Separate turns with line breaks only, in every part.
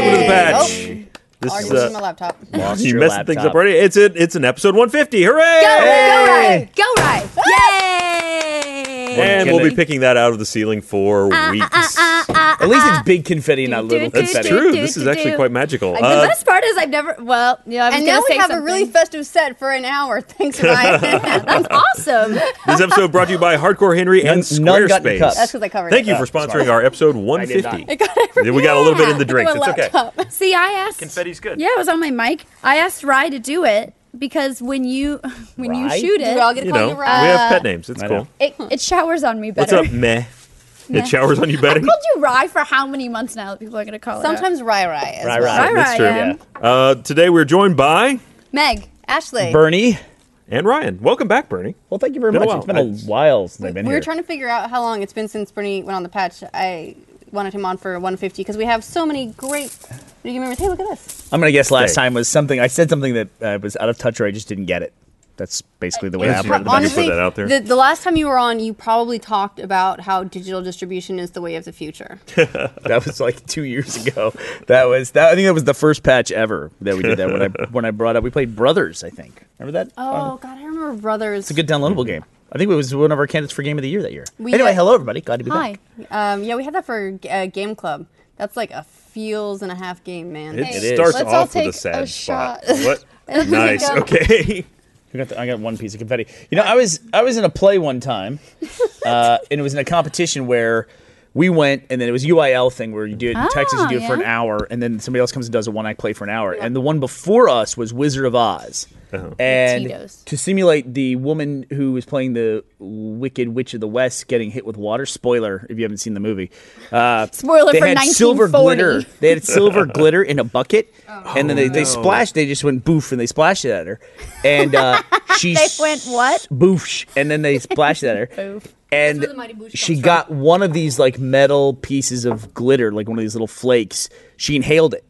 Dispatch. This
Already
is
pushing my
uh,
laptop.
Lost
you
your
messing things up
laptop.
already. It's in it's an episode 150. Hooray!
Go, go right, go right.
Yay!
And we'll be
Gimmick.
picking that out of the ceiling for
Ah,
weeks.
Uh-uh.
At least it's big confetti, not
Do,
little
do,
That's
confetti.
do,
true. This is actually
do.
quite magical.
the
Uh,
best part is I've never. Well, yeah, I was
And
gonna
now we
say
have a
something.
really festive set for an hour. Thanks, Ryan.
That's awesome.
this episode brought to you by Hardcore Henry and
none got in
Squarespace.
cups.
That's because I covered
Thank
it.
you for sponsoring our episode
did
150.
not.
we got a little bit in the drink.
My
It's okay.
laptop.
See, I asked.
Confetti's good.
Yeah, it was on my mic. I asked Rye to do it because when you when
Rye?
you shoot
Do we all
it,
get to
You
call
know,
you
we
Ryan?
have pet names. It's
I
cool.
know.
it, it showers on me
What's
better.
up, meh?
Meh.
It showers on you
I
betting.
called you Rye for how many months now that people are gonna call it? out?
Sometimes Rai Rai is.
Rai
well.
Rai.
Rye
That's
Rye.
true.
am.
Uh, today we're joined by
Meg.
Ashley.
Bernie.
and Ryan. Welcome back, Bernie.
Well, thank you very
Been a
much.
while.
It's been a while since I've
we
been
were
here.
trying to figure out how long it's been since Bernie went on the patch. I wanted him on for 150 because we have so many great. Do you remember? Hey, look at this.
I'm gonna guess
Okay.
last time was something I said something that uh, was out of touch or I just didn't get it. That's basically the way I
Yes,
operated.
you-
about
Honest-
it.
Honestly,
that out there.
The, the last time you were on, you probably talked about how digital distribution is the way of the future.
That was like two years ago. That was that. I think that was the first patch ever that we did that when I when I brought up. We played Brothers. I think remember that.
Oh God, I remember Brothers.
It's a good downloadable game. I think it was one of our candidates for Game of the Year that year.
We-
anyway, hello everybody. Glad to be
Hi.
back.
Um, yeah, we had that for uh, Game Club. That's like a feels and a half game, man.
It-
It
is.
starts
Let's all
off with
take
a
a
sad
shot.
spot. What? nice.
Go.
Okay.
I got, the- I got one piece of confetti. You know, I was I was in a play one time, uh, and it was in a competition where we went, and then it was UIL thing where you do it in Texas, you do it for an
Ah, yeah.
hour, and then somebody else comes and does a one act play for an hour. And the one before us was Wizard of Oz, and
Tito's.
to simulate the woman who was playing the Wicked Witch of the West getting hit with water. Spoiler if you haven't seen the movie. Uh,
Spoiler
they
for
had silver
1940.
glitter. They had silver glitter in a bucket,
Oh,
and then they, they splashed. They just went boof, and they splashed it at her, and uh, she
They went what?
Boof, and then they splashed it at her.
Boof.
And
the mighty boosh
she
comes
got one of these like metal pieces of glitter, like one of these little flakes. She inhaled it,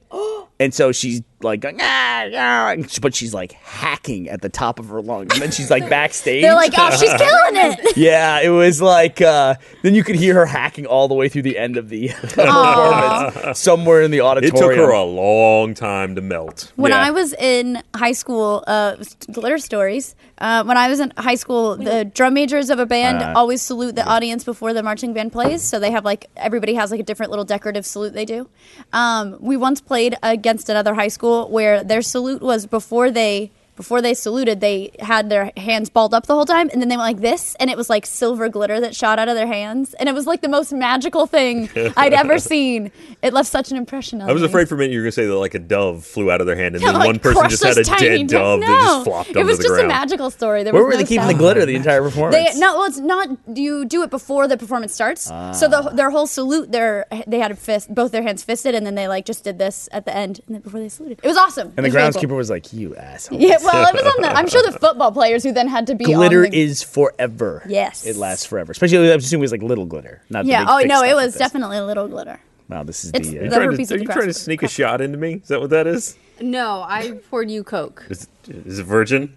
and so she's like, going, ah, ah," but she's like hacking at the top of her lungs, and then she's like backstage.
They're like, oh, she's killing it.
Yeah, it was like uh, then you could hear her hacking all the way through the end of the performance, somewhere in the
It
auditorium.
took her a long time to melt.
When
Yeah.
I was in high school, uh, glitter stories. Uh, when I was in high school, the drum majors of a band
Uh,
always salute the audience before the marching band plays. So they have like everybody has like a different little decorative salute they do. Um, we once played against another high school where their salute was before they before they saluted, they had their hands balled up the whole time, and then they went like this, and it was like silver glitter that shot out of their hands, and it was like the most magical thing I'd ever seen. It left such an impression on me.
I was afraid for a minute you were going to say that like a dove flew out of their hand and then
Like,
one person just had a
crushed this tiny
dead dove
no.
that just flopped
It
onto
was
the
just
ground.
a magical story. There
Where
was
were
no
they keeping the
sound.
glitter the entire performance?
They, no, well, it's not. You do it before the performance starts. So the, their whole salute, their they had a fist, both their hands fisted, and then they like just did this at the end, and then before they saluted, it was awesome.
and the
It was really
groundskeeper
cool.
was like, "You asshole."
Yeah, well, it was on the. I'm sure the football players who then had to be
Glitter
on the,
is forever.
Yes.
it lasts forever. Especially, I assume it was like little glitter, not. the
Yeah.
big
Oh
thick
no,
stuff
it
like
was
this.
definitely a little glitter.
Wow, this is
It's
the.
Are
Uh,
you
The rubber
trying
piece
to,
of
are
the
you
grass
trying to
was
sneak a
cracked.
shot into me? Is that what that is?
No, I poured you Coke.
Is, is it virgin?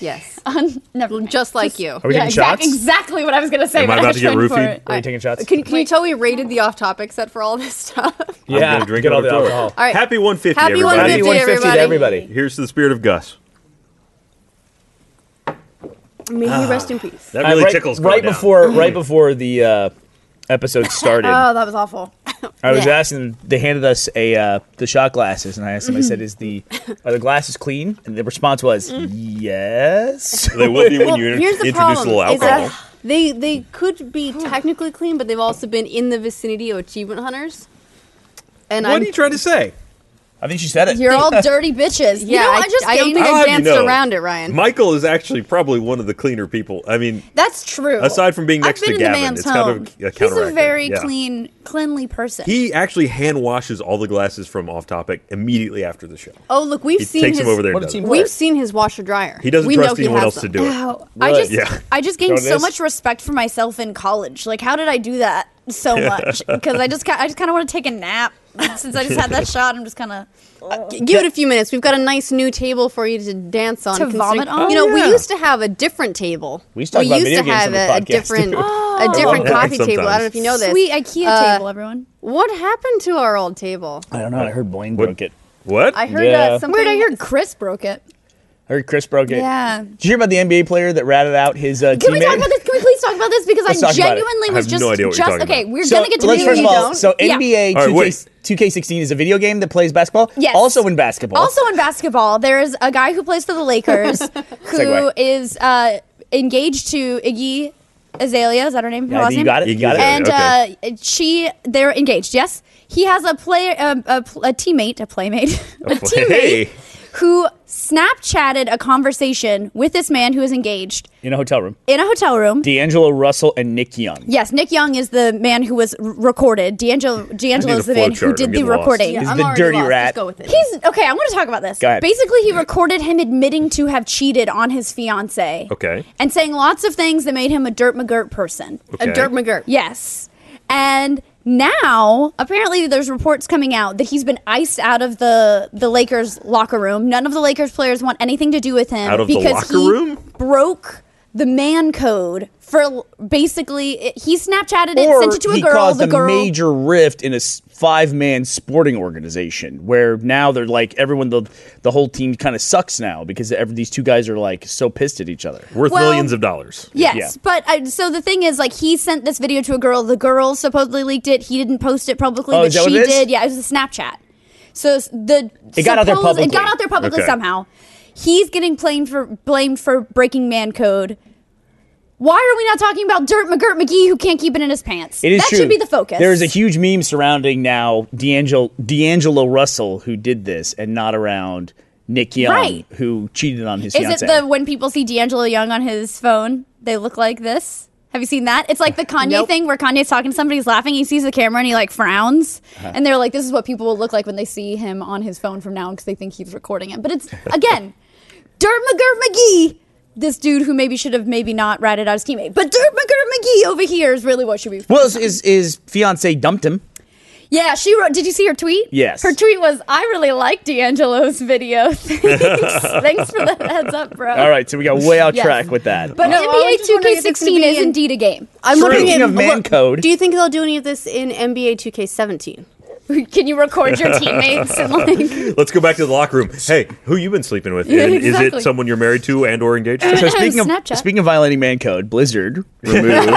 Yes,
Never mind.
just like you.
are we
yeah,
taking
exact-
shots?
Exactly what I was gonna say.
Am I
but
about to get
went for
roofied?
it.
Are we taking shots?
Can, can you tell we rated the off-topic set for all this stuff?
I'm
yeah,
gonna drink
get
it
all the
before.
alcohol.
All right.
Happy 150,
Happy
everybody.
150.
Happy 150 to
everybody.
everybody.
Here's to the spirit of Gus.
May he rest in peace.
That really
Uh, right,
tickles going
right
down.
before right before the uh, episode started.
Oh, that was awful.
I was
Yeah.
asking them. They handed us a uh, the shot glasses, and I asked them.
Mm-hmm.
I said, "Is the are the glasses clean?" And the response was,
Mm.
"Yes."
They will be when you inter-
here's the
introduce a
problem:
little
is that
alcohol.
they they could be technically clean, but they've also been in the vicinity of achievement hunters. And
What
I'm,
are you trying to say?
I think she said it.
You're all dirty bitches.
yeah,
you know,
I,
I, just
I don't
gained
think
I'll
I
have
danced
you know,
around it, Ryan.
Michael is actually probably one of the cleaner people. I mean,
That's true.
Aside from being
I've
next to
been in
Gavin,
the man's
it's kind of
home.
a
He's a
counteracting,
very
yeah.
clean, cleanly person.
he actually hand washes all the glasses from off topic immediately after the show.
oh look, we've
He
seen
takes
his
them over there.
What
And
a
does
team
it.
player.
we've seen his washer dryer.
He doesn't
we know
trust
he
anyone
has
else
them.
to do it.
Wow. I
Really?
just
Yeah.
I just gained
Don't it
so
is?
much respect for myself in college. Like, how did I do that so much? Because I just ki- I just kind of want to take a nap since I just had that shot. I'm just kind of
Give it a few minutes. We've got a nice new table for you to dance on.
To
considering-
vomit on?
You know, we
yeah.
used to have a different table.
We used to talk about video games on the
a
podcast,
different
too.
a a different
that
coffee table. I don't know if you know this.
Oh. Sweet IKEA
Uh,
table, everyone.
What happened to our old table?
I don't know. I heard Blaine
What-
broke it.
What?
I heard
Yeah.
uh, something.
Weird, oh I heard Chris broke it.
I heard Chris broke it.
Yeah.
Did you hear about the NBA player that ratted out his uh,
Can
teammate?
we talk about this? Can we please talk about this? Because
Let's
I
talk about it.
genuinely
I
was
have
just
no idea what you're
just
talking
okay.
about.
We're
So
gonna get to
let's
video
first of
you
all,
don't.
so
Yeah.
NBA
All right,
2K, 2K16 is a video game that plays basketball.
Yes.
Also in basketball.
Also in basketball, there is a guy who plays for the Lakers who
Segue.
is uh, engaged to Iggy Azalea. Is that her name? Her
Yeah, I
last
think you
name?
got it. You
Iggy
got it.
Azalea.
And
Okay.
uh, she, they're engaged. Yes, he has a player, um, a, pl- a teammate, a playmate, a,
play-
teammate who Snapchatted a conversation with this man who is engaged
in a hotel room.
in a hotel room.
D'Angelo Russell and Nick Young.
Yes, Nick Young is the man who was r- recorded. D'Angelo, D'Angelo
need
is
a
the man
flowchart.
who
I'm
did the
getting lost.
recording.
Yeah,
He's
I'm
the
already
dirty
lost.
rat.
Let's go with it.
He's okay. I want to talk about this.
Go ahead.
Basically, he recorded him admitting to have cheated on his fiance.
Okay.
And saying lots of things that made him a dirt McGirt person.
a
Okay.
dirt McGirt.
Yes. And now, apparently, there's reports coming out that he's been iced out of the the Lakers locker room. None of the Lakers players want anything to do with him
Out of the
because
locker
he
room?
broke the man code for l- basically it, he Snapchatted it,
Or
sent it to a
he
girl.
caused
The
a
girl
major rift in a five man sporting organization where now they're like everyone, the, the whole team kind of sucks now because every, these two guys are like so pissed at each other.
Worth
Well-
millions of dollars.
Yes,
Yeah.
but I, so the thing is, like, he sent this video to a girl. The girl supposedly leaked it. He didn't post it publicly,
Oh,
but
is that
she
what it is?
did. Yeah, it was a Snapchat. So s- the
It got out there
suppose- It
publicly.
got out there publicly
Okay.
somehow. He's getting blamed for blamed for breaking man code. Why are we not talking about Dirt McGirt McGee who can't keep it in his pants?
It is
that
true.
should be the focus.
There is a huge meme surrounding now D'Angelo, D'Angelo Russell who did this and not around Nick Young
Right.
who cheated on his
Is
fiance.
it the when people see D'Angelo Young on his phone, they look like this? Have you seen that? It's like the Kanye
Nope.
thing where Kanye's talking to somebody, he's laughing, he sees the camera and he like frowns.
Uh-huh.
And they're like, this is what people will look like when they see him on his phone from now because they think he's recording it. But it's, again, Dirt McGirt McGee, this dude who maybe should have maybe not ratted out his teammate. But Dirt McGirt McGee over here is really what should be.
well, his, his, his fiance dumped him.
Yeah, she wrote, did you see her tweet?
Yes.
Her tweet was, I really like D'Angelo's video. Thanks, Thanks for the heads up, bro.
All right, so we got way out
Yes.
track with that.
But
No, I was just
NBA
wondering if it's
2K16
gonna be
is
in-
indeed a game.
I'm wondering
Speaking
if,
of man
what-
code.
Do you think they'll do any of this in NBA 2K17?
Can you record your teammates and like?
Let's go back to the locker room. Hey, who you been sleeping with? And Is it
exactly.
someone you're married to and or engaged to?
so speaking of
Snapchat.
speaking of violating man code, Blizzard removed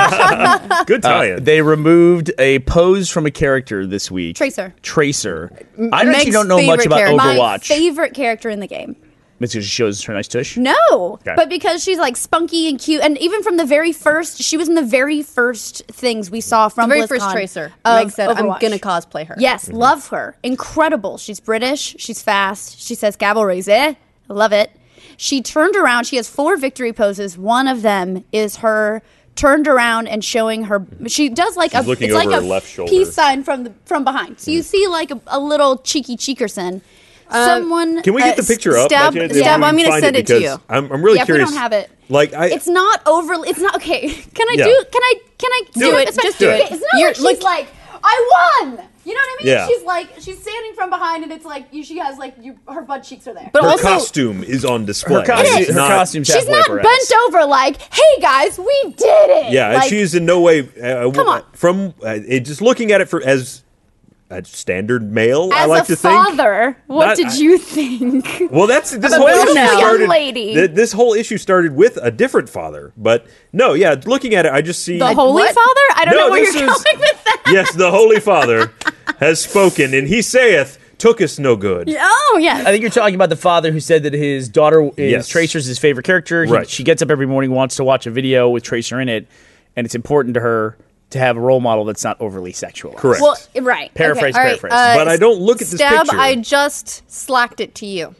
Good tie-in.
Uh, they removed a pose from a character this week.
Tracer.
Tracer. I actually
Meg's
don't know much
favorite
about
character. My
My
Overwatch.
favorite character in the game.
It's 'cause she shows her nice tush.
No,
Okay.
but because she's like spunky and cute, and even from the very first, she was in the very first things we saw from
Very
BlizzCon
first tracer.
of
Meg said,
Overwatch."
"I'm gonna cosplay her."
Yes,
Mm-hmm.
love her. Incredible. She's British. She's fast. She says cavalry's eh. I love it. She turned around. She has four victory poses. One of them is her turned around and showing her. She does like a
looking
it's like
over
a
her left shoulder. Mm-hmm.
peace sign from the from behind. So you see like a, a little cheeky cheekerson. Someone
Can we get
Uh,
the picture up?
Stab-
by chance?
Stab,
If we can
I'm gonna
find
send it to
because
you.
I'm, I'm really
yeah, if we
curious.
don't have it.
Like I,
it's not overly. It's not okay. Can I
Yeah.
do? Can I? Can I
Do it.
It's not-
Just do it.
okay, It's not
You're-
like she's
look-
like I won. You know what I mean?
Yeah.
She's like she's standing from behind, and it's like you, she has like you, her butt cheeks are there.
But
her
also,
costume is on display.
Her costume,
It's
her
not-
costume's
she's
halfway
not
up her
bent
ass.
over like, hey guys, we did it.
Yeah, and
like,
she is in no way. Uh,
Come on.
From uh, it, just looking at it for as a standard male, I
As
like
a
to think.
father, what
Not-
did
I-
you think?
Well, that's this
a
whole issue
beautiful young
started.
lady.
th- this whole issue started with a different father, but no, yeah. Looking at it, I just see
The Holy
what?
Father? I don't
No,
know where you're
this
going
is-
with that.
yes, the Holy Father has spoken, and he saith, "Took us no good."
Oh yes.
I think you're talking about the father who said that his daughter is
Yes.
Tracer's his favorite character. He-
Right.
she gets up every morning, wants to watch a video with Tracer in it, and it's important to her to have a role model that's not overly sexual.
Correct.
well, right.
Paraphrase,
Okay, all right, uh,
paraphrase.
But I don't look at this
Stab,
picture.
I just slacked it to you.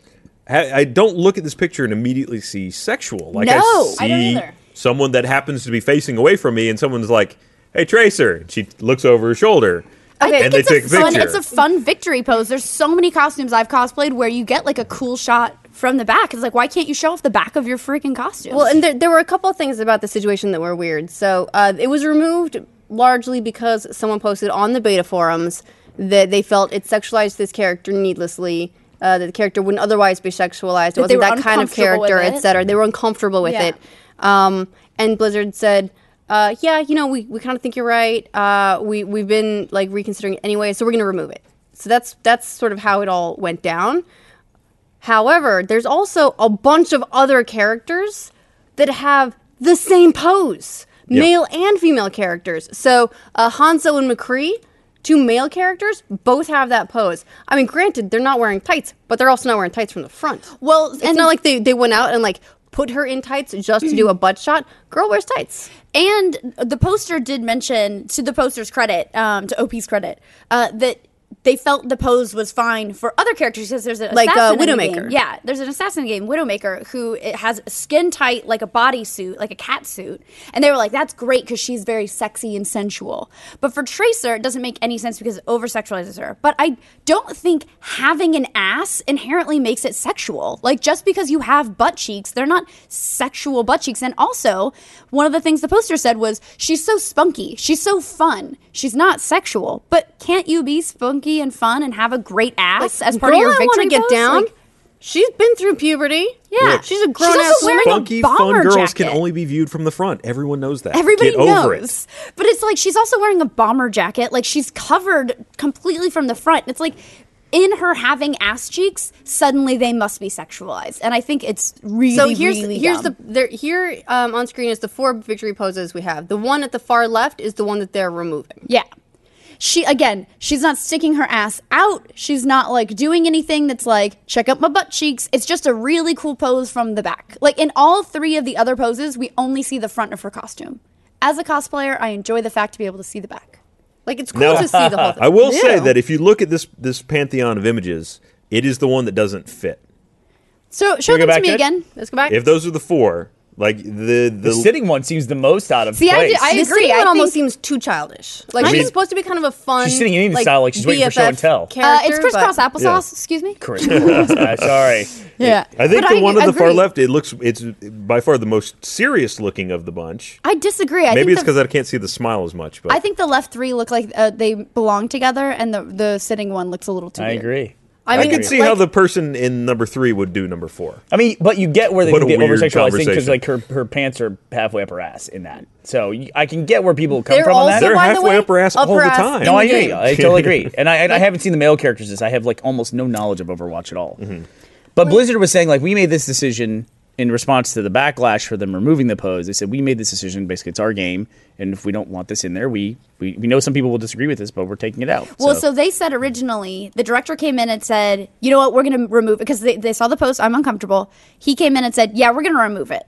ha- I don't look at this picture and immediately see sexual. Like I
No,
see
I don't either.
someone that happens to be facing away from me, and someone's like, "Hey, Tracer," and she looks over her shoulder,
I
and
think
they
it's
take
a
a
fun,
picture.
it's a fun victory pose. There's so many costumes I've cosplayed where you get like a cool shot from the back. It's like, why can't you show off the back of your freaking costume?
Well, and there, there were a couple of things about the situation that were weird. So uh, it was removed largely because someone posted on the beta forums that they felt it sexualized this character needlessly. Uh, that the character wouldn't otherwise be sexualized. It
That they
wasn't
were
that kind of
uncomfortable with
character,
it.
etc. They were uncomfortable with
Yeah.
it. Um, and Blizzard said, uh, yeah, you know, we, we kind of think you're right. Uh, we we've been like reconsidering it anyway, so we're going to remove it. So that's that's sort of how it all went down. However, there's also a bunch of other characters that have the same pose, male and female characters. So uh, Hanzo and McCree, two male characters, both have that pose. I mean, granted, they're not wearing tights, but they're also not wearing tights from the front.
Well,
it's
and-
not like they, they went out and like put her in tights just to do a butt shot. Girl wears tights.
And the poster did mention, to the poster's credit, um, to OP's credit, uh, that they felt the pose was fine for other characters because there's an
Like, uh,
assassin in the
Widowmaker.
game. Yeah, there's an assassin in the game, Widowmaker, who it has skin tight like a bodysuit, like a cat suit, and they were like, "That's great because she's very sexy and sensual." But for Tracer, it doesn't make any sense because it over sexualizes her. But I don't think having an ass inherently makes it sexual. Like just because you have butt cheeks, they're not sexual butt cheeks. And also, one of the things the poster said was, "She's so spunky, she's so fun, she's not sexual." But can't you be spunky and fun and have a great ass as part
Girl,
of your
I wanna
victory
get
pose?
down.
Like,
She's been through puberty.
yeah,
Look,
she's a grown
also
ass
wearing
woman.
a
Funky,
bomber
fun girls can
jacket.
only be viewed from the front. Everyone knows that.
Everybody
Get
knows.
over it.
But it's like she's also wearing a bomber jacket. Like she's covered completely from the front. It's like in her having ass cheeks, suddenly they must be sexualized. And I think it's really,
So here's
really
here's
dumb.
the there, here um, on screen is the four victory poses we have. The one at the far left is the one that they're removing.
Yeah. She again, she's not sticking her ass out. She's not like doing anything that's like, check out my butt cheeks. It's just a really cool pose from the back. Like in all three of the other poses, we only see the front of her costume. As a cosplayer, I enjoy the fact to be able to see the back.
Like it's cool
Now,
to see the whole thing.
I will
Yeah.
say that if you look at this this pantheon of images, it is the one that doesn't fit.
So show
we go
them
back
to me
to it?
again.
Let's go back.
If those are the four, like the the,
The sitting one seems the most out of
See, I
place.
did- I-
the
agree.
sitting one
I
almost
think-
seems too childish. Like
I
she's
mean-
supposed to be kind of a fun.
She's sitting in Indian style, like she's waiting for show and
BFF
tell. Uh, it's
Uh, it's
character, but-
crisscross applesauce.
Yeah.
Excuse me.
Correct. Uh, Sorry.
Yeah.
I think
But
the one on the far
agree.
left, it looks it's by far the most serious looking of the bunch.
I disagree. I
Maybe
think
it's
the-
because I can't see the smile as much, but
I think the left three look like uh, they belong together, and the the sitting one looks a little too.
I
weird.
agree.
I mean,
I can
it's
see
like-
how the person in number three would do number four.
I mean, but you get where they
What a
get
weird
over sexualized because
conversation.
like her, her pants are halfway up her ass in that. So you, I can get where people come
They're
from on that.
also-
They're
by the
halfway
way,
up her ass
up
all
her
the
ass
time.
in
no, I
the
agree.
game.
I totally agree. And I, and I haven't seen the male characters. This I have like almost no knowledge of Overwatch at all.
Mm-hmm.
But Blizzard was saying like we made this decision in response to the backlash for them removing the pose. They said we made this decision. Basically, it's our game, and if we don't want this in there, we we, we know some people will disagree with this, but we're taking it out.
Well, so. they said originally the director came in and said, "You know what? We're going to remove it because they, they saw the post. I'm uncomfortable." He came in and said, "Yeah, we're going to remove it."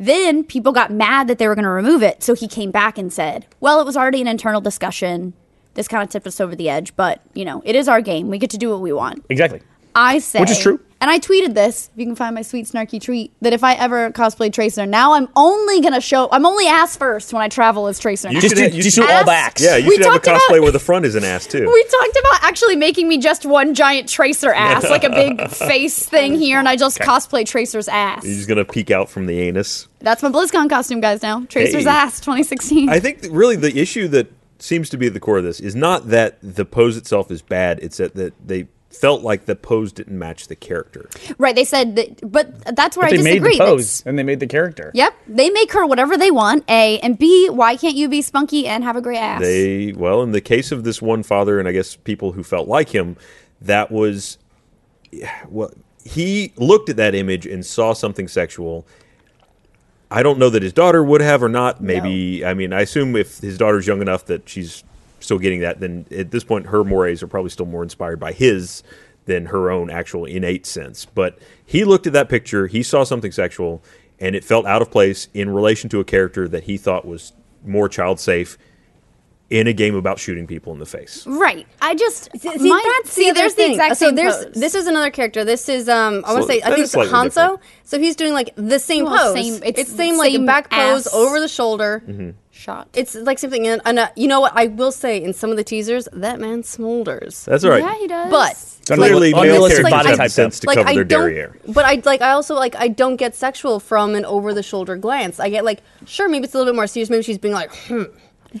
Then people got mad that they were going to remove it, so he came back and said, "Well, it was already an internal discussion. This kind of tipped us over the edge, but you know, it is our game. We get to do what we want."
exactly.
I say,
Which is true.
And I tweeted this. If you can find my sweet snarky tweet, that if I ever cosplay Tracer, now I'm only gonna show. I'm only ass first when I travel as Tracer. now.
You
Just
should
do,
have- you
just
should
do all
ask-
backs.
Yeah, you
We
should have a
talked about-
cosplay where the front is an ass too.
We talked about actually making me just one giant tracer ass, like a big face thing here, and I just cosplay Tracer's
You're
ass.
just gonna peek out from the anus.
That's my BlizzCon costume, guys. Now Tracer's
Hey.
ass, 2016.
I think that really the issue that seems to be at the core of this is not that the pose itself is bad; it's that, that they felt like the pose didn't match the character.
right? They said, that, but that's where
They
I disagree.
made the
That's-
pose and they made the character.
Yep, they make her whatever they want. A and B. Why can't you be spunky and have a great ass?
They well, in the case of this one father, and I guess people who felt like him, that was well, he looked at that image and saw something sexual. I don't know that his daughter would have or not. Maybe I mean I assume if his daughter's young enough that she's still getting that, then at this point her mores are probably still more inspired by his than her own actual innate sense. But he looked at that picture, he saw something sexual, and it felt out of place in relation to a character that he thought was more child safe in a game about shooting people in the face.
right. I just
See,
my-
that's
see,
the other
there's the
thing.
exact
so
same
there's
pose.
this is another character. This is um I want
Sli-
to say
that
I think
is
it's
slightly
Hanzo.
different.
So he's doing like the same pose.
Well, same-
it's
it's
same like
same
back
ass.
pose over the shoulder.
Mm-hmm.
shot.
It's like something. And, and uh, you know what? I will say in some of the teasers that man smolders.
That's all right.
Yeah, he does.
But
It's unreal-
Clearly, male
unrealistic
characters
body
have
type,
the sense to cover
I
their
don't,
derriere.
But I like I also like I don't get sexual from an over the shoulder glance. I get like sure maybe it's a little bit more serious. Maybe she's being like hmm.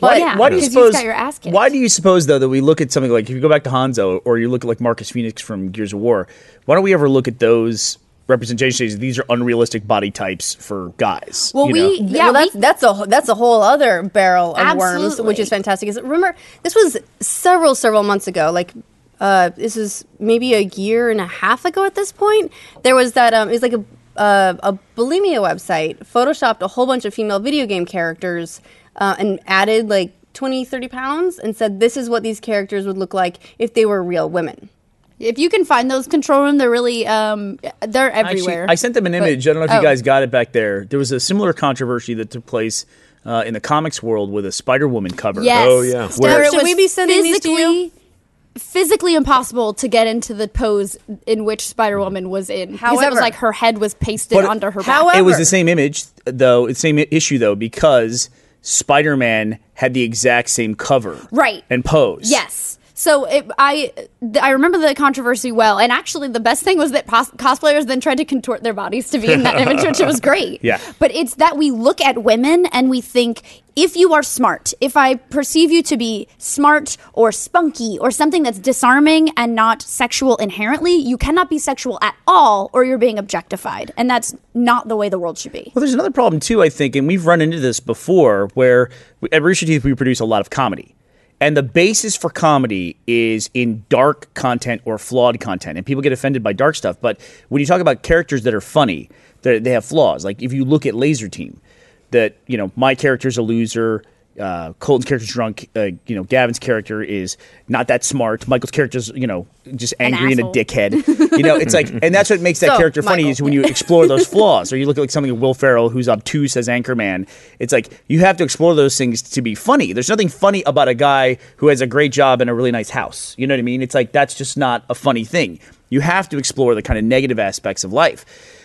But
yeah.
Why do you
'Cause you've
suppose?
got your ass kicked.
why do you suppose though that we look at something like if you go back to Hanzo or you look at like Marcus Phoenix from Gears of War? Why don't we ever look at those representations. These are unrealistic body types for guys.
Well,
you
we-
know?
Yeah,
well, that's that's a wh- that's a whole other barrel of worms, which
Absolutely.
is fantastic. Is remember this was several several months ago. Like uh, this is maybe a year and a half ago at this point. There was that um, it was like a uh, a bulimia website photoshopped a whole bunch of female video game characters uh, and added like 20, 30 pounds and said this is what these characters would look like if they were real women.
If you can find those control room, they're really um, they're everywhere.
I sent them an
But-
image. I don't know if
oh.
you guys got it back there. There was a similar controversy that took place uh, in the comics world with a Spider Woman cover.
Yes.
Oh, yeah.
Steph,
Where-
Should
it was
we be sending these to you?
physically- Physically impossible to get into the pose in which Spider Woman was in. because it
However-
was like her head was pasted
But-
onto her
However-
back.
It was the same image, though. It's same issue, though, because Spider Man had the exact same cover,
Right.
and pose.
Yes. So it, I th- I remember the controversy well, and actually the best thing was that pos- cosplayers then tried to contort their bodies to be in that image, which was great.
Yeah.
But it's that we look at women and we think if you are smart, if I perceive you to be smart or spunky or something that's disarming and not sexual inherently, you cannot be sexual at all, or you're being objectified, and that's not the way the world should be.
Well, there's another problem too, I think, and we've run into this before, where we, at Rooster Teeth we produce a lot of comedy, and the basis for comedy is in dark content or flawed content, and people get offended by dark stuff. But when you talk about characters that are funny, they they have flaws. Like if you look at Laser Team, that you know my character's a loser. Uh, Colton's character's drunk. Uh, you know, Gavin's character is not that smart. Michael's character's, you know, just angry and a
asshole.
dickhead. You know, it's like, and that's what makes that
So,
character funny
Michael.
is when you explore those flaws, or you look at like something of Will Ferrell who's obtuse as Anchorman. It's like you have to explore those things to be funny. There's nothing funny about a guy who has a great job and a really nice house. You know what I mean? It's like that's just not a funny thing. You have to explore the kind of negative aspects of life.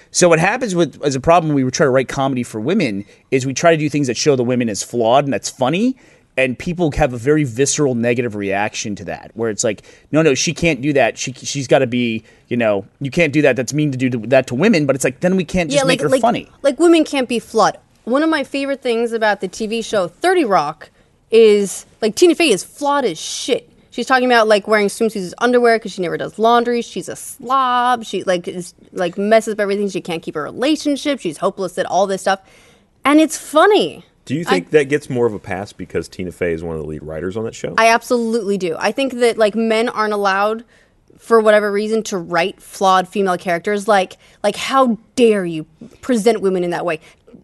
So what happens with as a problem we try to write comedy for women is we try to do things that show the women as flawed and that's funny and people have a very visceral negative reaction to that where it's like no no she can't do that she she's got to be you know you can't do that that's mean to do to, that to women but it's like then we can't just make her
like,
funny
Like women can't be flawed. One of my favorite things about the TV show Thirty Rock is like Tina Fey is flawed as shit. She's talking about like wearing swimsuits as underwear because she never does laundry. She's a slob. She like is, like messes up everything. She can't keep a relationship. She's hopeless at all this stuff, and it's funny.
Do you think that gets more of a pass because Tina Fey is one of the lead writers on that show?
I absolutely do. I think that like men aren't allowed for whatever reason to write flawed female characters. Like like how dare you present women in that way?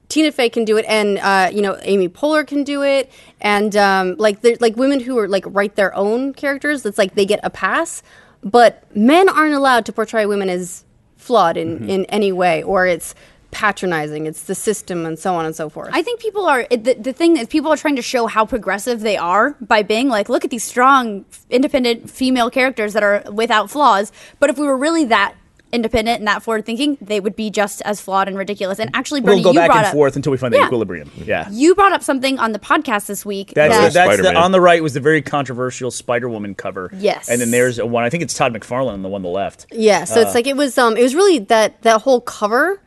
Tina Fey can do it, and uh, you know Amy Poehler can do it, and um, like there- like women who are like write their own characters. That's like they get a pass, but men aren't allowed to portray women as flawed in in any way, or it's patronizing, it's the system, and so on and so forth.
I think people are it- the, the thing is people are trying to show how progressive they are by being like, look at these strong, f- independent female characters that are without flaws. But if we were really that independent and that forward thinking, they would be just as flawed and ridiculous. And actually, Bernie,
we'll go
you
back
brought
and
up
forth until we find the
Yeah.
equilibrium yeah
you brought up something on the podcast this week.
That's,
Yeah.
that-
the, that's the
Spider-Man.
on the right was the very controversial Spider Woman cover.
Yes. Oh,
and then there's a one. I think it's Todd McFarlane on the one on the left.
Yeah, so it's like it was um it was really that that whole cover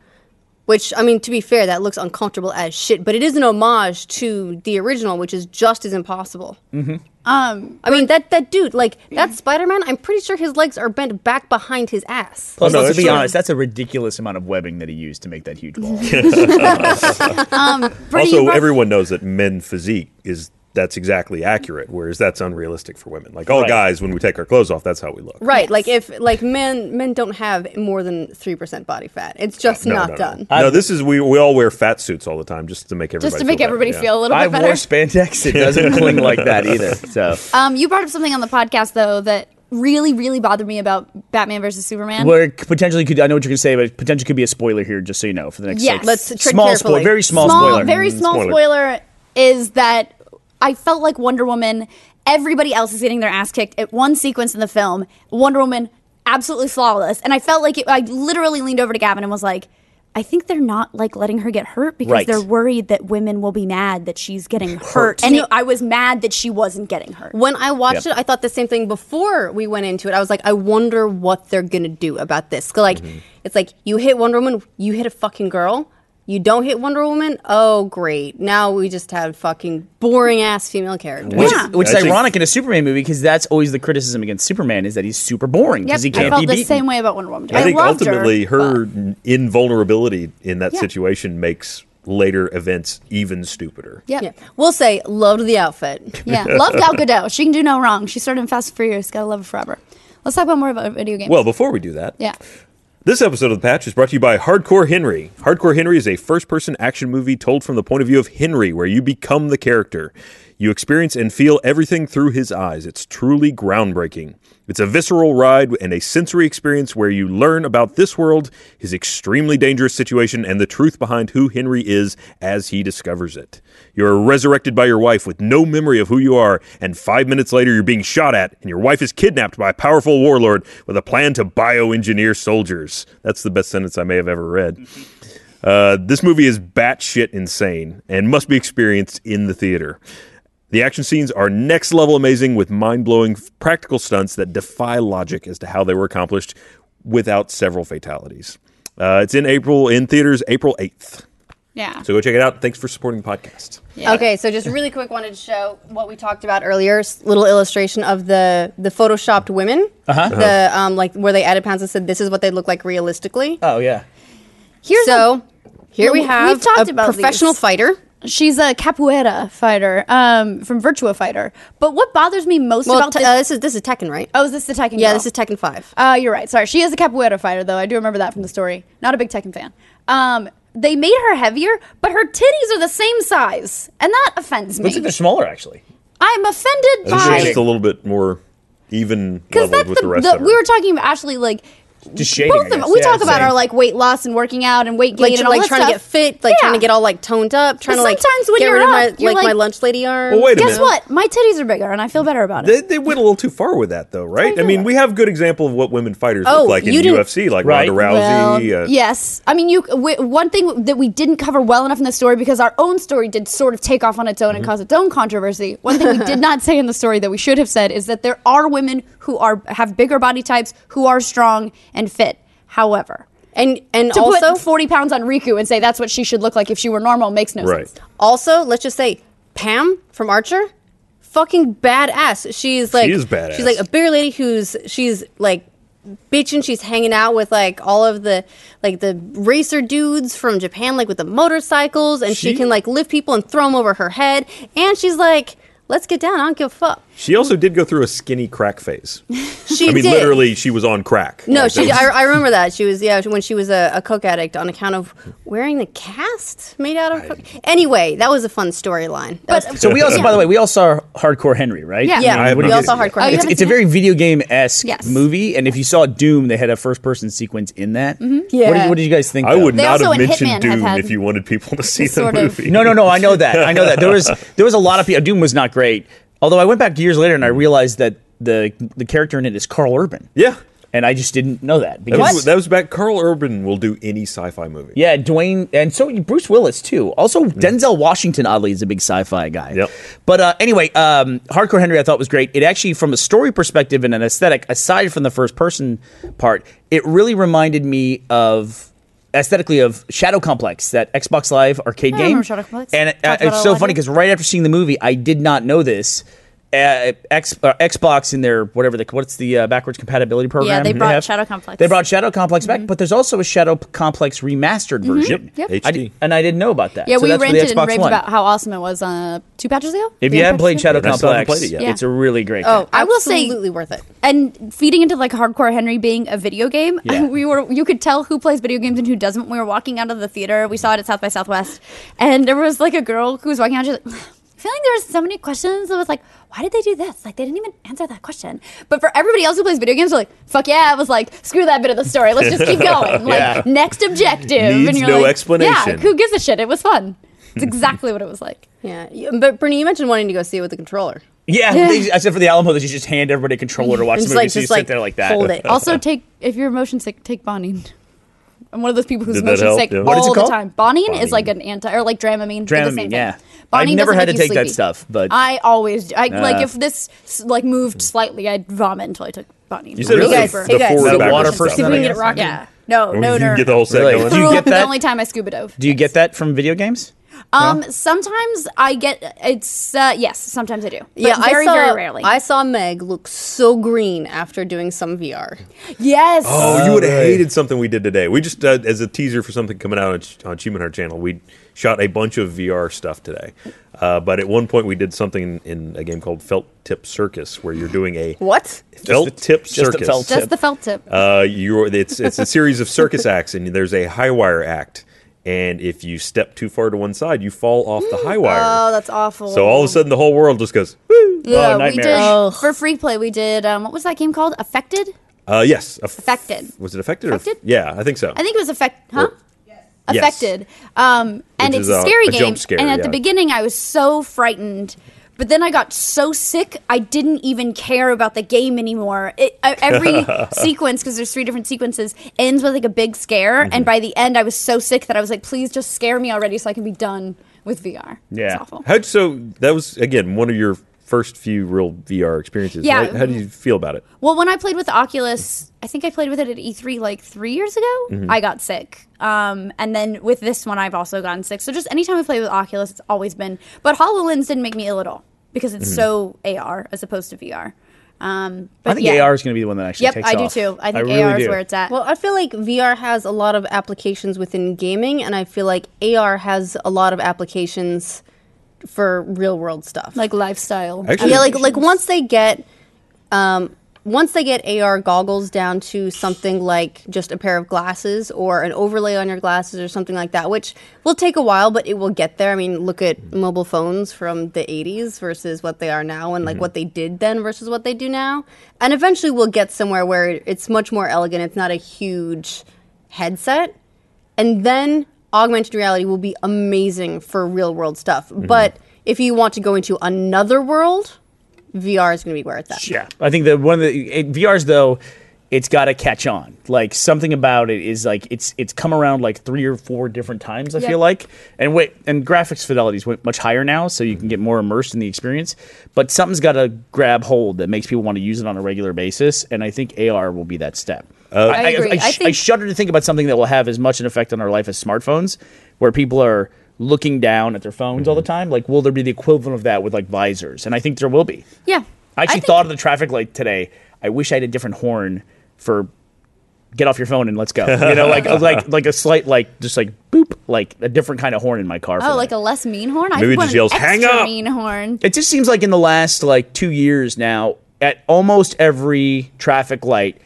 which I mean to be fair that looks uncomfortable as shit, but it is an homage to the original which is just as impossible. Mhm. Um I mean that that dude like that Spider-Man, I'm pretty sure his legs are bent back behind his ass.
Plus,
no,
let's
that's
be
true.
honest, that's a ridiculous amount of webbing that he used to make that huge wall.
um, Bernie, you
also,
brought-
everyone knows that men physique is that's exactly accurate, whereas that's unrealistic for women. Like all
Right.
guys, when we take our clothes off, that's how we look.
Right,
Yes.
like if like men men don't have more than 3% body fat. It's just
No,
not
no, no.
done.
No, this is we we all wear fat suits all the time just to make everybody
just to make
feel
everybody
better. Yeah.
feel a little
I
bit better.
wore spandex; it doesn't cling like that either. So
um, you brought up something on the podcast though that really, really bothered me about Batman versus Superman.
Where it potentially could, I know what you're going to say, but it potentially could be a spoiler here, just so you know, for the next
Yes.
like,
Let's
tread
small spoiler,
carefully.
very small, spoiler.
very small
spoiler.
spoiler. is that I felt like Wonder Woman. Everybody else is getting their ass kicked at one sequence in the film. Wonder Woman absolutely flawless, and I felt like it, I literally leaned over to Gavin and was like. I think they're not like letting her get hurt because
Right.
they're worried that women will be mad that she's getting hurt. And it- I was mad that she wasn't getting hurt.
When I watched
Yep.
it, I thought the same thing before we went into it. I was like, I wonder Mm-hmm. what they're gonna do about this. 'Cause, Like, it's like you hit Wonder Woman, you hit a fucking girl. You don't hit Wonder Woman? Oh, great. Now we just have fucking boring ass female characters.
Which,
Yeah.
which is
Actually-
ironic in a Superman movie because that's always the criticism against Superman is that he's super boring because he
Yep, I
can't
felt
be
the
beaten.
same way about Wonder Woman.
I, think
loved her,
ultimately
but-
her, invulnerability in that
Yeah.
situation makes later events even stupider.
Yep.
Yeah. We'll say, loved the outfit.
Yeah, love Gal Gadot. She can do no wrong. She started in Fast and Furious. Gotta love her forever. Let's talk about more about video games.
Well, before we do that,
yeah,
This episode of The Patch is brought to you by Hardcore Henry. Hardcore Henry is a first person action movie told from the point of view of Henry, where you become the character. You experience and feel everything through his eyes. It's truly groundbreaking. It's a visceral ride and a sensory experience where you learn about this world, his extremely dangerous situation, and the truth behind who Henry is as he discovers it. You are resurrected by your wife with no memory of who you are, and five minutes later, you're being shot at, and your wife is kidnapped by a powerful warlord with a plan to bioengineer soldiers. That's the best sentence I may have ever read. Uh, this movie is batshit insane and must be experienced in the theater. The action scenes are next level amazing with mind blowing practical stunts that defy logic as to how they were accomplished without several fatalities. Uh, it's in April, in theaters, April 8th.
yeah.
So go check it out. Thanks for supporting the podcast.
Yeah.
Okay, so just really quick, wanted to show what we talked about earlier. s- Little illustration of the the photoshopped women, uh-huh. the um, like where they added pounds and said this is what they look like realistically.
Oh yeah.
Here's
so here we
We've
have
talked
a
about
professional
these.
fighter.
a, she's a capoeira fighter um, from Virtua Fighter. But what bothers me most
Well,
about
t-
this,
uh, this is this is Tekken, right?
oh, is this the Tekken?
yeah,
girl?
this is Tekken Five.
Uh, you're right. Sorry, she is a capoeira fighter, though. I do remember that from the story. Not a big Tekken fan. Um, they made her heavier, but her titties are the same size, and that offends me.
Looks like they're smaller actually.
I'm offended
I think
by
it's just a little bit more even leveled
because that's
with
the,
the, rest
the-
of it.
we were talking about Ashley like
Just shading. I
both of
guess.
we
Yeah,
talk about
same.
our like weight loss and working out and weight gain
Like,
and
tr-
all
like
that
trying to
stuff.
get fit, like trying
Yeah.
to get all like toned up, trying to like
sometimes when
get
you're
rid of my,
up, you're
like, my
like-
lunch lady arm.
Well, wait a
Guess
minute.
what? My titties are bigger, and I feel better about it.
They, they went a little too far with that, though, right? I mean, we have good example of what women fighters
Oh,
look like in
you didn't-
UFC, like
Right.
Ronda Rousey.
Well,
uh,
yes. I mean, you. W- one thing that we didn't cover well enough in the story because our own story did sort of take off on its own
Mm-hmm.
and cause its own controversy. One thing we did not say in the story that we should have said is that there are women who are have bigger body types who are strong and fit. However,
And and
to
also
put forty pounds on Riku and say that's what she should look like if she were normal makes no
Right.
sense.
Also, let's just say Pam from Archer, fucking badass. She's like
is badass.
She's like a bigger lady who's she's like bitching. She's hanging out with like all of the like the racer dudes from Japan, like with the motorcycles, and she,
She-
can like lift people and throw them over her head. And she's like, "Let's get down. I don't give a fuck."
She also did go through a skinny crack phase.
She
I mean,
did.
literally, she was on crack.
No,
Like, that
she.
was-
I, I remember that she was yeah when she was a, a coke addict on account of wearing the cast made out of. Coke. Anyway, that was a fun storyline. That
uh,
was-
So we also, by the way, we all saw Hardcore Henry, right?
Yeah. Yeah.
I mean, what
I
do
we
you
also
guys-
hardcore.
Oh, you
It's,
haven't
it's a
seen
very video game esque
Yes.
movie, and if you saw Doom, they had a first person sequence in that.
Mm-hmm.
What did,
Yeah.
what did you guys think?
I
though?
would
They
not
also
have
in
mentioned
Hitman have
Doom
had
if you wanted people to see the
sort of-
movie.
No, no, no. I know that. I know that. There was there was a lot of people. Doom was not great. Although I went back years later and I realized that the the character in it is Carl Urban.
Yeah.
And I just didn't know that
That
because
was, that was back. Carl Urban will do any sci fi movie. Mm.
yeah, Dwayne and so Bruce Willis too. Also Denzel Washington oddly is a big sci-fi guy.
Yep.
But uh, anyway, um, Hardcore Henry I thought was great. It actually from a story perspective and an aesthetic aside from the first person part, it really reminded me of aesthetically of Shadow Complex, that Xbox Live arcade
I
game.
remember Shadow Complex.
And
Talked
uh,
about it
it's
a
so
lot
funny
here.
because right after seeing the movie, I did not know this. Uh, X, uh, Xbox in their whatever the what's the uh, backwards compatibility program?
they brought
have?
Shadow Complex.
They brought Shadow Complex
Mm-hmm.
back, but there's also a Shadow P- Complex remastered version.
Yep.
I
HD.
di- and I didn't know about that.
Yeah,
So
we
that's for the
ranted and
Xbox
raved
One.
about how awesome it was uh, two patches ago.
If
Yeah,
you haven't
patches
played
ago?
Shadow
And I still haven't
Complex,
played it yet.
Yeah.
it's a really great. game.
Oh,
I will say-
absolutely worth it.
and feeding into like hardcore Henry being a video game,
Yeah.
we were you could tell who plays video games and who doesn't. We were walking out of the theater, we saw it at South by Southwest, and there was like a girl who was walking out. She's like, I feel like there was so many questions. I was like, why did they do this? Like they didn't even answer that question. But for everybody else who plays video games, we're like, fuck yeah! It was like, screw that bit of the story. Let's just keep going. Like
Yeah.
next objective.
Needs no
like, Yeah,
explanation.
who gives a shit? It was fun. It's exactly what it was like.
Yeah, you- but Brittany, you mentioned wanting to go see it with the controller.
yeah. they- I said for the Alamo that you just hand everybody a controller to watch
And
the
just
movie,
like,
so you
just
sit
like
there like that.
hold it.
Also, take if you're motion sick, take Bonine. I'm one of those people who's
Did that
motion
help?
sick
Yeah.
all
What
is it
the
called?
time. Bonine, is
Bonine.
like an anti or like Dramamine. they're the
Dramamine,
same
yeah.
Thing.
I've
Bonine
never
doesn't
had
make
to
you
take that
sleepy.
stuff, but-
I always I like
Uh.
if this like moved slightly, I'd vomit until I took Bonine.
You said
Really?
it
Guys,
was the,
hey, guys.
forward
The
backwards
water
stuff.
person
See if we
that I
can get
guess.
it rocking.
Yeah. No,
We
no,
can
no.
get the whole set
Really?
going.
Do you
Threw
get
up the
that?
only time I scuba dove.
Do you get that from video games?
Um, sometimes I get it's uh, yes, sometimes I do. But
yeah,
very
I saw,
very rarely.
I saw Meg look so green after doing some VR.
yes.
Oh, you would have
right.
hated something we did today. We just, uh, as a teaser for something coming out on, Ch- on Achievement Heart channel, we shot a bunch of VR stuff today. Uh, but at one point, we did something in a game called Felt Tip Circus, where you're doing a
What?
felt tip
just a
circus.
felt
Just
tip.
the felt tip.
Uh, you're, it's it's a series of circus acts, and there's a high wire act. And if you step too far to one side, you fall off the high wire.
Oh, that's awful.
so all of a sudden, the whole world just goes. Woo!
Yeah, we
nightmare.
did
Oh.
for free play. We did um, what was that game called? Affected.
Uh, yes, a f-
Affected.
Was it affected? Or,
Affected?
yeah, I think so.
I think it was affect. Huh?
Yes.
Affected. Um, and
Which
it's
is
a
a-
scary
a
game.
jump scare,
and at the
yeah.
beginning, I was so frightened. But then I got so sick, I didn't even care about the game anymore. It, I- every sequence, because there's three different sequences, ends with like a big scare.
Mm-hmm.
And by the end, I was so sick that I was like, please just scare me already so I can be done with VR.
Yeah.
It's awful.
How'd so that was again one of your first few real VR experiences.
Yeah.
How, how do you feel about it?
Well, when I played with the Oculus, I think I played with it at E3 like three years ago.
Mm-hmm.
I got sick. Um, and then with this one, I've also gotten sick. So just anytime I play with Oculus, it's always been. But HoloLens didn't make me ill at all because it's
Mm-hmm.
so AR as opposed to VR. Um, but
I think
yeah.
AR is going to be the one that actually
Yep,
takes
I do
off.
too. I think
really
AR is
do.
where it's at.
Well, I feel like VR has a lot of applications within gaming, and I feel like AR has a lot of applications for real world stuff.
like lifestyle.
Actually-
yeah, like like once they get, um, once they get AR goggles down to something like just a pair of glasses or an overlay on your glasses or something like that, which will take a while, but it will get there. I mean, look at mobile phones from the '80s versus what they are now, and like what they did then versus what they do now, and eventually we'll get somewhere where it's much more elegant. It's not a huge headset, and then augmented reality will be amazing for real world stuff. But if you want to go into another world, VR is going to be where it's at.
Yeah, I think that one of the it, VRs though, it's got to catch on. Like something about it is like it's it's come around like three or four different times. I
Yeah.
feel like, and wait, and graphics fidelity is wa- much higher now, so you can get more immersed in the experience. But something's got to grab hold that makes people want to use it on a regular basis, and I think AR will be that step.
I agree. I think-
shudder to think about something that will have as much an effect on our life as smartphones, where people are looking down at their phones all the time. Like, will there be the equivalent of that with like visors? And I think there will be.
yeah.
I actually
think-
thought of the traffic light today. I wish I had a different horn for get off your phone and let's go. You know, like like like a slight like just like boop, like a different kind of horn in my car.
Oh, like a less mean horn? I
Maybe it
want
just
an
yells,
extra
"Hang up!"
mean horn.
it just seems like in the last like two years now, at almost every traffic light,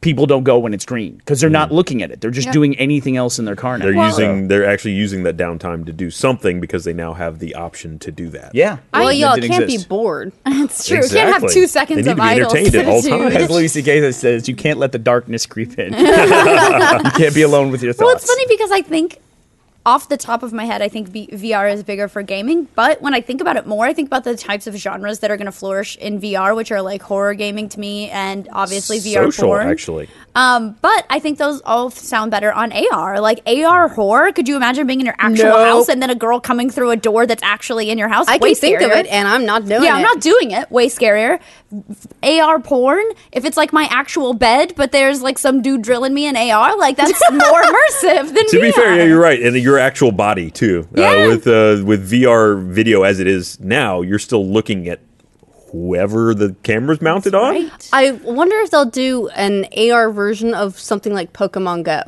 people don't go when it's green because they're not looking at it. They're just
Yep.
doing anything else in their car now.
Mm. They're
Well-
using they're actually using that downtime to do something because they now have the option to do that.
yeah.
Well,
That
y'all
didn't
can't
exist.
be bored.
It's true. You can't have
Exactly.
two seconds
They need
of
to be
idle.
entertained at all
solitude.
times.
As Lucy Gay says, you can't let the darkness creep in. you can't be alone with your thoughts.
Well, it's funny because I think off the top of my head, I think v- VR is bigger for gaming. But when I think about it more, I think about the types of genres that are going to flourish in VR, which are like horror gaming to me, and obviously VR
Social,
porn.
actually.
Um, but I think those all f- sound better on AR. Like AR horror. Could you imagine being in your actual
Nope.
house and then a girl coming through a door that's actually in your house?
I
Way
can think of
scarier.
it, and I'm not doing
Yeah,
it.
I'm not doing it. Way scarier. AR porn. If it's like my actual bed, but there's like some dude drilling me in AR, like that's more immersive than
To be
VR.
fair, yeah, you're right, and your actual body too.
Yeah.
Uh, with uh, with VR video as it is now, you're still looking at whoever the camera's mounted on.
I wonder if they'll do an AR version of something like Pokemon Go.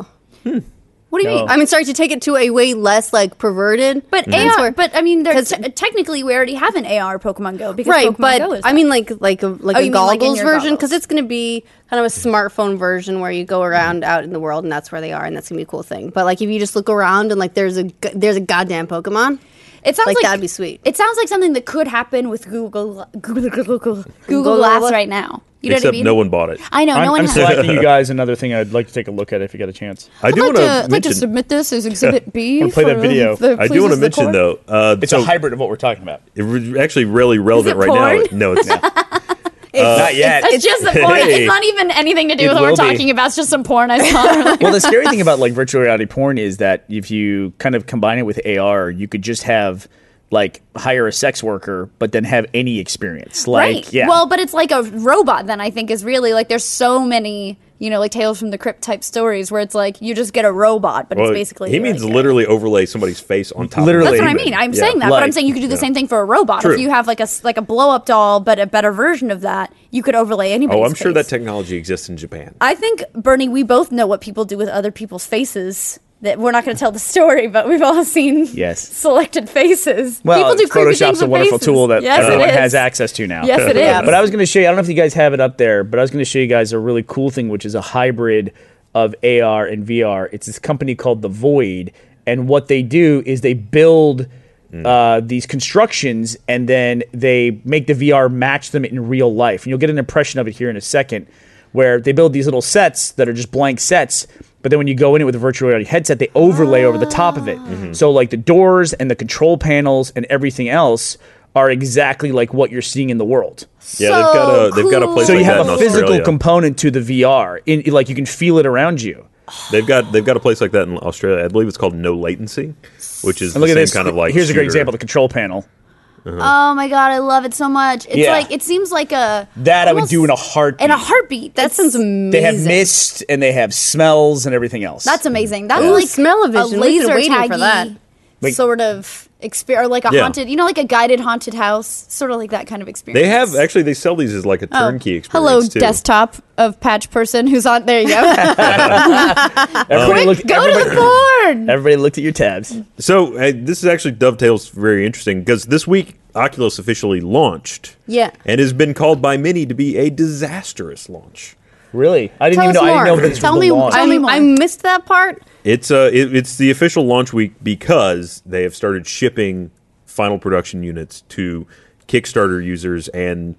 What do you
No.
mean?
I mean, sorry to take it to a way less like perverted,
But
Mm-hmm.
and
AR,
sort-
but I mean, they're
'Cause-
te- technically we already have an AR Pokemon Go because
right
Pokemon
but
Go is
i
that.
mean like like a like
Oh,
a
you mean, like, in
goggles
your
version because
goggles.
it's going to be kind of a smartphone version where you go around out in the world and that's where they are and that's going to be a cool thing but like if you just look around and like there's a g- there's a goddamn pokemon
it sounds
like,
like,
that'd be sweet
It sounds like something that could happen with Google Google Google,
Google
Google Glass
what?
right now. You know
Except
what I mean?
no one bought it.
I know
I'm,
no one
I'm
has.
selecting you guys another thing I'd like to take a look at if you get a chance.
I do want to mention.
submit this as Exhibit B.
Wanna play that for video. the
I do want to mention though. Uh,
It's a
so
hybrid of what we're talking about.
it was actually really relevant
it
right
porn?
now. No, it's not.
Uh, Not yet.
It's just the porn.
Hey.
It's not even anything to do
It
with what we're
will be.
talking about. It's just some porn I saw.
well, the scary thing about like virtual reality porn is that if you kind of combine it with AR, you could just have like hire a sex worker, but then have any experience. Like,
right.
yeah.
Well, but it's like a robot. Then I think is really like there's so many you know, like Tales from the Crypt type stories where it's like you just get a robot, but
Well,
it's basically
he means
like, a-
literally overlay somebody's face on top.
Literally.
of
That's
the
what I
human.
mean. I'm
Yeah.
saying that, but I'm
Like-
saying you could do the
Yeah.
same thing for a robot.
True.
If you have like a s- like a blow up doll, but a better version of that, you could overlay anybody's.
Oh, I'm sure that
face.
technology exists in Japan.
I think Bernie, we both know what people do with other people's faces. That we're not going to tell the story, but we've all seen
Yes.
selected faces. people do creepy things
Photoshop's a
with
wonderful
faces.
tool that uh,
Yes, it
everyone
is.
has access to now.
Yes, it is.
But I was going to show you. I don't know if you guys have it up there, but I was going to show you guys a really cool thing, which is a hybrid of AR and VR. It's this company called The Void, and what they do is they build uh, these constructions, and then they make the VR match them in real life. And you'll get an impression of it here in a second, where they build these little sets that are just blank sets. But then when you go in it with a virtual reality headset, they overlay over the top of it. Mm-hmm. So like the doors and the control panels and everything else are exactly like what you're seeing in the world.
Yeah, they've got a-
So
they've got a place
So
like
you
that
have
in
a physical
Australia.
component to the VR. In like you can feel it around you.
They've got they've got a place like that in Australia. I believe it's called No Latency, which is
And
the
look at
same
this.
kind of like
here's a great
shooter.
example: the control panel.
Oh my god, I love it so much. It's
Yeah.
like it seems like a
That I would
almost-
do in a heartbeat.
in a heartbeat.
That
That's
sounds amazing.
They have mist and they have smells and everything else.
That's amazing. That's
Ooh,
like
smell-o-vision.
a
We've been
laser
waiting
taggy
for that.
Like-
sort of experience, like a
Yeah.
haunted, you know, like a guided haunted house, sort of like that kind of experience.
They have actually they sell these as like a
Oh,
turnkey experience
Hello,
too.
desktop of patch person who's on. There you go.
everybody look,
go to
everybody,
the porn.
everybody looked at your tabs.
So uh, this is actually dovetails very interesting because this week Oculus officially launched.
Yeah.
and has been called by many to be a disastrous launch.
Really, I didn't
Tell
even know.
us
I didn't
more.
know this
Tell
was
me-
the launch. Oh,
tell
I,
me more.
I missed that part.
It's uh, it, it's the official launch week because they have started shipping final production units to Kickstarter users and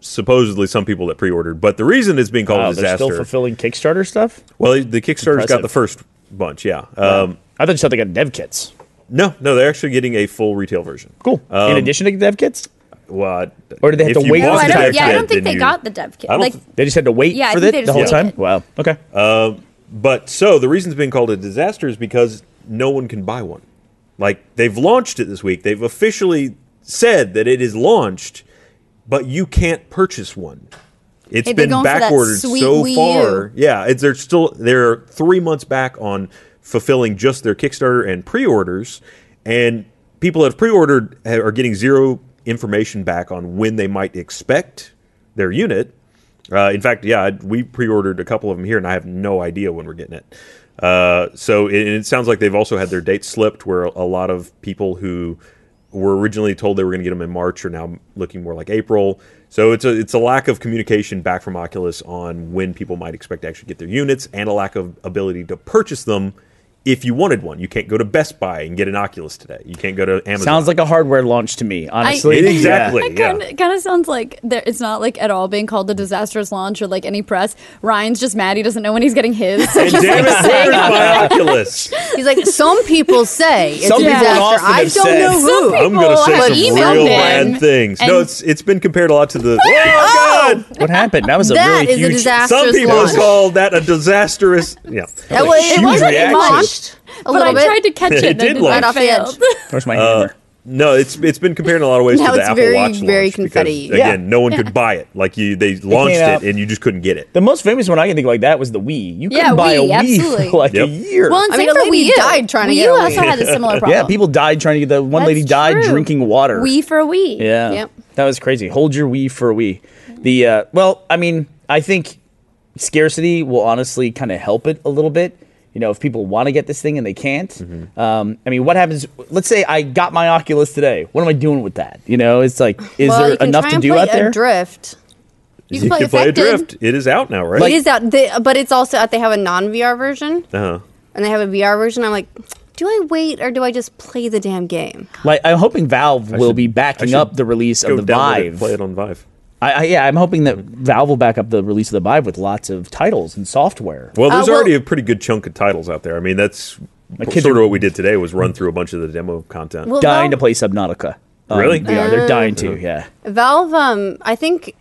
supposedly some people that pre-ordered. But the reason it's being called
Wow,
a
they're still
disaster,
fulfilling Kickstarter stuff.
well, the Kickstarter's got
Impressive.
the first bunch. Yeah. Um,
I thought you said they got dev kits.
No, no, they're actually getting a full retail version.
Cool.
Um,
In addition to dev kits,
Well, I-
Or do they have
if
to
you
wait
want
No, Oh,
the
I
to
dev
don't,
get
yeah, I
that,
don't think
then
they
you-
got the dev kit.
I don't
Like,
th-
they just had to wait
Yeah, I
for
think
it
they
the
just
whole
waited.
time. Wow. Okay.
But so the reason it's being called a disaster is because no one can buy one. Like they've launched it this week. They've officially said that it is launched, but you can't purchase one. It's
Hey, they're
been
going for that
backordered
sweet
so
Wii U.
far. Yeah, it's, they're still they're three months back on fulfilling just their Kickstarter and pre-orders, and people that have pre-ordered ha- are getting zero information back on when they might expect their unit. Uh, in fact, yeah, I- we pre-ordered a couple of them here, and I have no idea when we're getting it. Uh, so it, it sounds like they've also had their dates slipped, where a lot of people who were originally told they were going to get them in March are now looking more like April. So it's a it's a lack of communication back from Oculus on when people might expect to actually get their units, and a lack of ability to purchase them if you wanted one. You can't go to Best Buy and get an Oculus today. You can't go to Amazon.
Sounds like a hardware launch to me, honestly.
It- exactly.
It
yeah.
kind of kind of sounds like there, it's not like at all being called a disastrous launch or like any press. Ryan's just mad he doesn't know when he's getting his. So
and
he's
damn
like
it, where's
saying-
my Oculus?
He's like, some people say it's
Some
a
people in
disaster.
Austin
I
have
don't
said.
know
Some
who.
people-
I'm gonna say
have
some
emailed
real
them
bad things.
and-
no, it's it's been compared a lot to the. Oh God!
What happened? That was a
That
really
is a
huge.
disaster.
Some
Disastrous
people
launch.
call that a disastrous. Yeah.
That was,
huge
it wasn't
reaction.
launched a
But
little
I
bit.
tried to catch
It
it. and
did
I did
launch.
not
Right off the
fail.
edge.
Where's my hammer?
Uh, No, it's it's been compared in a lot of ways
Now
to the
it's
Apple
very,
Watch launch
very
because,
confetti.
again,
Yeah.
no one could buy it. Like you, they launched it
out-
and you just couldn't get it.
The most famous one I can think of like that was the Wii. You couldn't
Yeah,
buy
Wii,
a Wii
absolutely.
for like
Yep.
a year.
Well, and
I
same
mean, a
for
lady
Wii U.
died trying to
Wii
get
U
a
also
Wii.
had a similar problem.
yeah, people died trying to get the one
That's
lady died
true.
drinking water.
Wii for Wii.
Yeah.
Yep.
That was crazy. Hold your Wii for a Wii. The uh, well, I mean, I think scarcity will honestly kind of help it a little bit. You know, if people want to get this thing and they can't,
Mm-hmm.
um, I mean, what happens? Let's say I got my Oculus today. What am I doing with that? You know, it's like, is
Well, you
there
can
enough
try
to
and
do
play
out there?
Adrift. You can play Affected.
Adrift. It is out now, right?
it is out, they, but it's also out. They have a non-VR version
uh-huh.
and they have a VR version. I'm like, do I wait or do I just play the damn game?
Like, I'm hoping Valve will
should-
be
I
backing
should
up the release
Go
of the
download it,
Vive.
play it on Vive.
I, I, yeah, I'm hoping that Valve will back up the release of the Vive with lots of titles and software.
Well, there's
well-
already a pretty good chunk of titles out there. I mean, that's
kids
sort
are-
of what we did today was run through a bunch of the demo content.
Well,
dying to
Valve-
play Subnautica.
Really?
Yeah, they're dying to. Yeah.
Valve, um, I think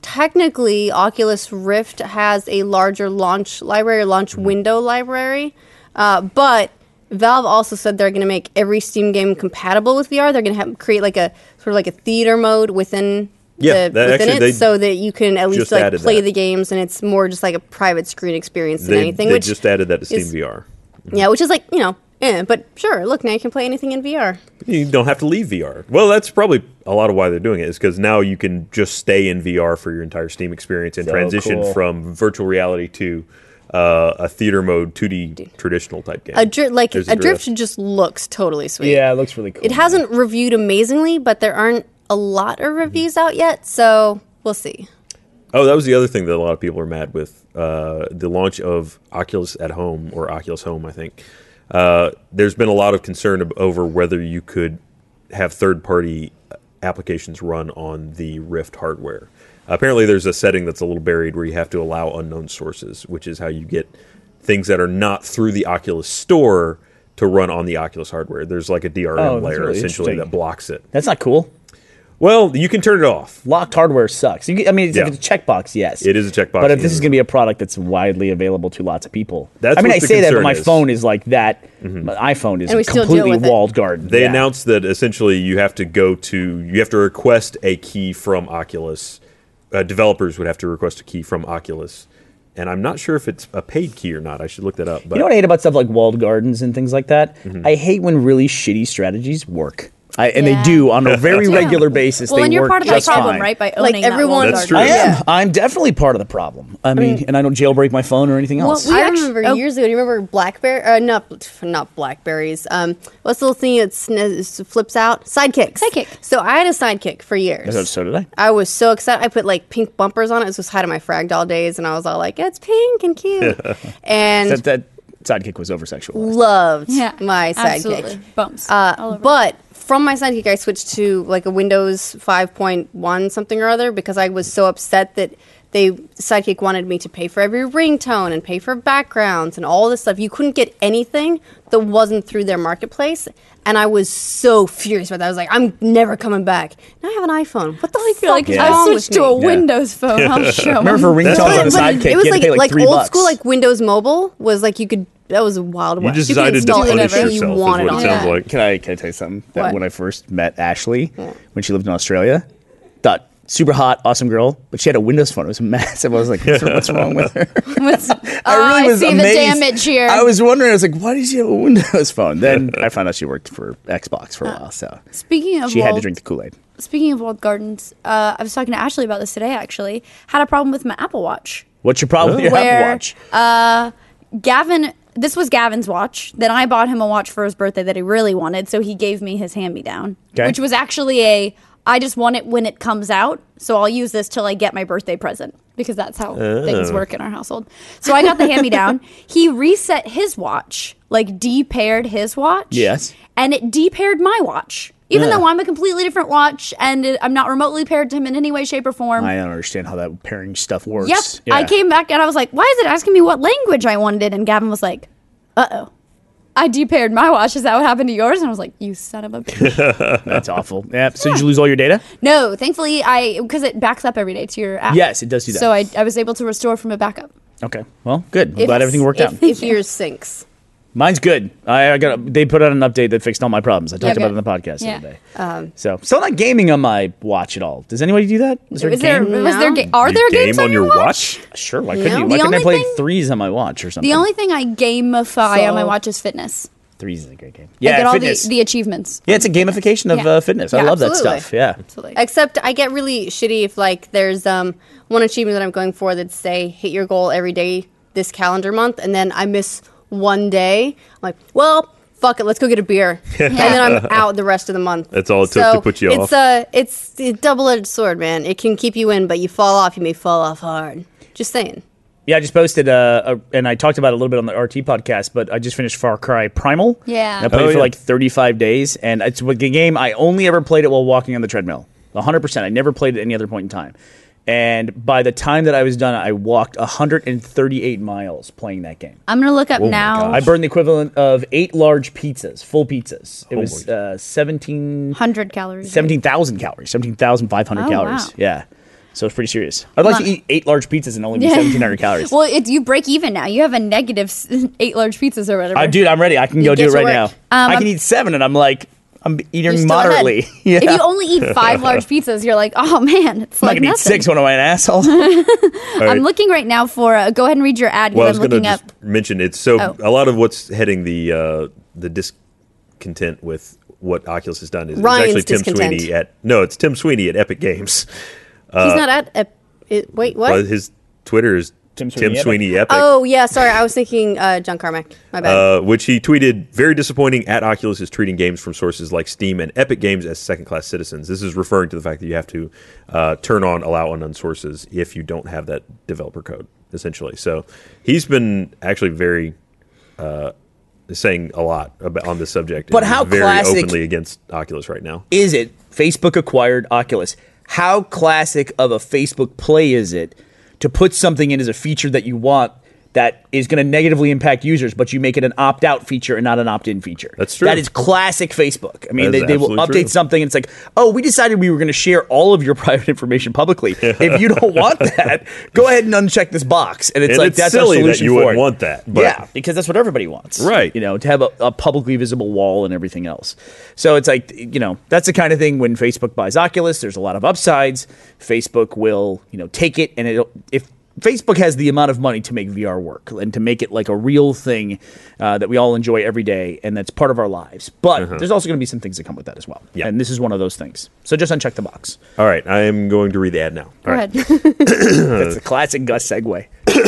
technically Oculus Rift has a larger launch library, launch
Mm-hmm.
window library, uh, but Valve also said they're going to make every Steam game compatible with VR. They're going to create like a sort of like a theater mode within
Yeah,
the,
that-
within
actually, they
it, so that you can at least
just
like
added
play
that.
the games, and it's more just like a private screen experience than
They,
anything.
they
which
just added that to Steam
is-
VR.
yeah, which is like you know, eh, but sure. Look, now you can play anything in VR.
You don't have to leave VR. Well, that's probably a lot of why they're doing it is because now you can just stay in VR for your entire Steam experience and
So
transition
cool.
from virtual reality to uh, a theater mode 2D traditional type game.
Adrift, like
There's
Adrift, just looks totally sweet.
Yeah, it looks really cool.
It hasn't reviewed amazingly, but there aren't a lot of reviews out yet, so we'll see.
Oh, that was the other thing that a lot of people are mad with uh, the launch of Oculus at Home or Oculus Home, I think. Uh, there's been a lot of concern ab- over whether you could have third party applications run on the Rift hardware. Apparently, there's a setting that's a little buried where you have to allow unknown sources, which is how you get things that are not through the Oculus store to run on the Oculus hardware. There's like a DRM
Oh, that's
layer
really
essentially
interesting.
that blocks it.
That's not cool.
Well, you can turn it off.
Locked hardware sucks. You, can- I mean, it's,
Yeah.
if it's a checkbox, yes.
It is a checkbox,
But if this
yeah.
is going to be a product that's widely available to lots of people,
That's
I mean,
what
I
the
say that, but
concern
my
is. Mm-hmm.
phone is like that. My iPhone is
And we
a
still deal
completely
with it.
walled garden.
They
Yeah.
announced that essentially you have to go to you have to request a key from Oculus. Uh, developers would have to request a key from Oculus, and I'm not sure if it's a paid key or not. I should look that up. But
You know what I hate about stuff like walled gardens and things like that? I hate when really shitty strategies work. I, and
Yeah.
they do on a very
Yeah.
regular basis.
Well,
they
and you're
work
part of the
just
problem,
fine.
right? By owning
Like,
that
everyone-
walled
That's
garden.
I
true.
am. I'm definitely part of the problem. I mean, and I don't jailbreak my phone or anything else.
we-
I
are-
remember
oh.
years ago. Do you remember blackberry? Uh, not pff, not blackberries. Um, what's the little thing that sn- flips out? Sidekicks.
Sidekick.
So I had a sidekick for years.
So- so did I.
I was so excited. I put like pink bumpers on it. This was high to my Fragdoll days, and I was all like, "It's pink and cute," and
That, that sidekick was over sexualized.
loved
Yeah,
my sidekick.
absolutely. Bumps. all
Uh,
over.
but from my sidekick, I switched to like a Windows 5.1 something or other because I was so upset that they sidekick wanted me to pay for every ringtone and pay for backgrounds and all this stuff. You couldn't get anything that wasn't through their marketplace, and I was so furious about that. I was like, I'm never coming back. Now I have an iPhone. What the
like
fuck
you're like
is
I
wrong with
switched to
me?
a
Yeah.
Windows phone. I'll show.
Remember for
'em.
ringtones
That's
Oh, on a
what-
But
sidekick,
it was
you had
like,
to pay like,
like
three
old
bucks.
school, like Windows Mobile was like you could. That was wild.
you
west.
just
You
decided
could
to
install it
punish
whenever you
yourself. Is
wanted
what it
on
sounds
it.
like.
Can I can I tell you something? That
What?
when I first met Ashley, when she lived in Australia, thought super hot, awesome girl, but she had a Windows phone. It was massive. I was like, what's, what's wrong with her?
What's-
I
Oh,
really was
see
amazed.
the damage here.
I was wondering. I was like, why does she have a Windows phone? Then I found out she worked for Xbox for a while, so
Uh, Speaking of
she had to
walled-
drink the Kool Aid.
Speaking of walled gardens, uh, I was talking to Ashley about this today. Actually, had a problem with my Apple Watch.
What's your problem with your Apple
Where-
Watch?
Gavin, this was Gavin's watch. Then I bought him a watch for his birthday that he really wanted, so he gave me his hand me down,
Okay.
which was actually a I just want it when it comes out, so I'll use this till I get my birthday present because that's how things
Oh.
work in our household. So I got the hand me down. He reset his watch, like depaired his watch.
Yes.
And it depaired my watch. Even
Yeah.
though I'm a completely different watch and it, I'm not remotely paired to him in any way, shape, or form.
I don't understand how that pairing stuff
Um, Yep.
works.
I
Yeah.
came back and I was like, why is it asking me what language I wanted? And Gavin was like, uh oh. I depaired my watch. Is that what happened to yours? And I was like, you son of a bitch.
That's awful. Yeah. So did you lose all your data?
no, thankfully, I, because it backs up every day to your app.
Yes, it does do that.
So I, I was able to restore from a backup.
Okay. Well, good. I'm
If-
glad everything worked out.
If, if yours sinks.
Mine's good. I, I got. a- They put out an update that fixed all my problems. I talked
Okay.
about it on the podcast
Yeah. Um,
the other day. so still not gaming on my watch at all. Does anybody do that? Is there a
Is there,
game?
was there
No.
ga- are
You
there
game
games
on your watch?
Sure. Why couldn't
No.
you? Why
The
couldn't I
only
play
thing-
threes on my watch or something?
The only thing I gamify on my
So-
watch is fitness.
threes is a great game.
I get
Yeah,
all
fitness.
the, the achievements.
yeah, it's a gamification of
Yeah.
uh, fitness. I
Yeah,
love
absolutely.
that stuff. Yeah.
Absolutely.
Except I get really shitty if like there's um one achievement that I'm going for that say hit your goal every day this calendar month, and then I miss one day. I'm like, well, fuck it, let's go get a beer, and then I'm out the rest of the month.
That's all it took to put you
it's
off.
a it's a double-edged sword, man. It can keep you in, but you fall off. You may fall off hard. Just saying.
Yeah, I just posted, uh, a, and I talked about it a little bit on the RT podcast, but I just finished Far Cry Primal.
Yeah.
And I played
Oh,
it for
yeah.
like 35 days, and it's a game I only ever played it while walking on the treadmill. 100%. I never played it at any other point in time. And by the time that I was done, I walked 138 miles playing that game.
I'm going to look up now
Oh I burned the equivalent of eight large pizzas, full pizzas.
Oh,
It was
Holy.
uh, 17
100 calories.
17,000 calories, 17,500
Oh,
calories.
wow.
Yeah. So it's pretty serious. I'd like to
Lana.
eat eight large pizzas and only be
Yeah.
1,700 calories.
Well, it's you break even now. You have a negative s- eight large pizzas or whatever.
Uh, dude, I'm ready. I can go
You
do
get
it
to
right
work.
now.
Um,
I
I'm-
can eat seven, and I'm like, I'm
You're
eating
still ahead.
moderately. Yeah.
If you only eat five large pizzas, you're like, oh man, it's
I'm not
like
gonna
nothing.
eat six when I'm an asshole.
All
I'm
right.
looking right now for. Uh, go ahead and read your ad.
Well, I
while
was
I'm
going to
looking up.
just mention it's so
Oh.
a lot of what's heading the uh, the discontent with what Oculus has done is
Ryan's
it's actually Tim
discontent.
Sweeney at no, it's Tim Sweeney at Epic Games. Uh,
He's not at. Ep- it, wait, what?
Well, his Twitter is
Tim
Tim
Sweeney
Sweeney,
Epic.
Epic.
oh yeah, sorry. I was thinking uh, John Carmack. My bad.
Uh, which he tweeted, very disappointing at Oculus is treating games from sources like Steam and Epic Games as second class citizens. This is referring to the fact that you have to uh, turn on allow unknown sources if you don't have that developer code, essentially. So he's been actually very uh, saying a lot about, on this subject.
But
and
how
very
classic-
openly against Oculus right now.
is it Facebook acquired Oculus? How classic of a Facebook play is it to put something in as a feature that you want that is going to negatively impact users, but you make it an opt out feature and not an opt in feature?
That's true.
That is classic Facebook. I mean,
That
they,
is
they will update
absolutely true.
something and it's like, oh, we decided we were going to share all of your private information publicly. if you don't want that, go ahead and uncheck this box. And it's
And
like,
it's
that's
silly
our
that
solution
you
for
wouldn't
it.
want that, but-
yeah, because that's what everybody wants,
Right.
You know, to have a, a publicly visible wall and everything else. So it's like, you know, that's the kind of thing when Facebook buys Oculus. There's a lot of upsides. Facebook will, you know, take it and it'll if. Facebook has the amount of money to make VR work and to make it like a real thing uh, that we all enjoy every day and that's part of our lives. But there's also going to be some things that come with that as well.
Uh-huh. Yeah.
And this is one of those things. So just uncheck the box.
All right, I am going to read the ad now.
Go
All right,
ahead.
Uh.
That's a classic Gus segue.
yeah.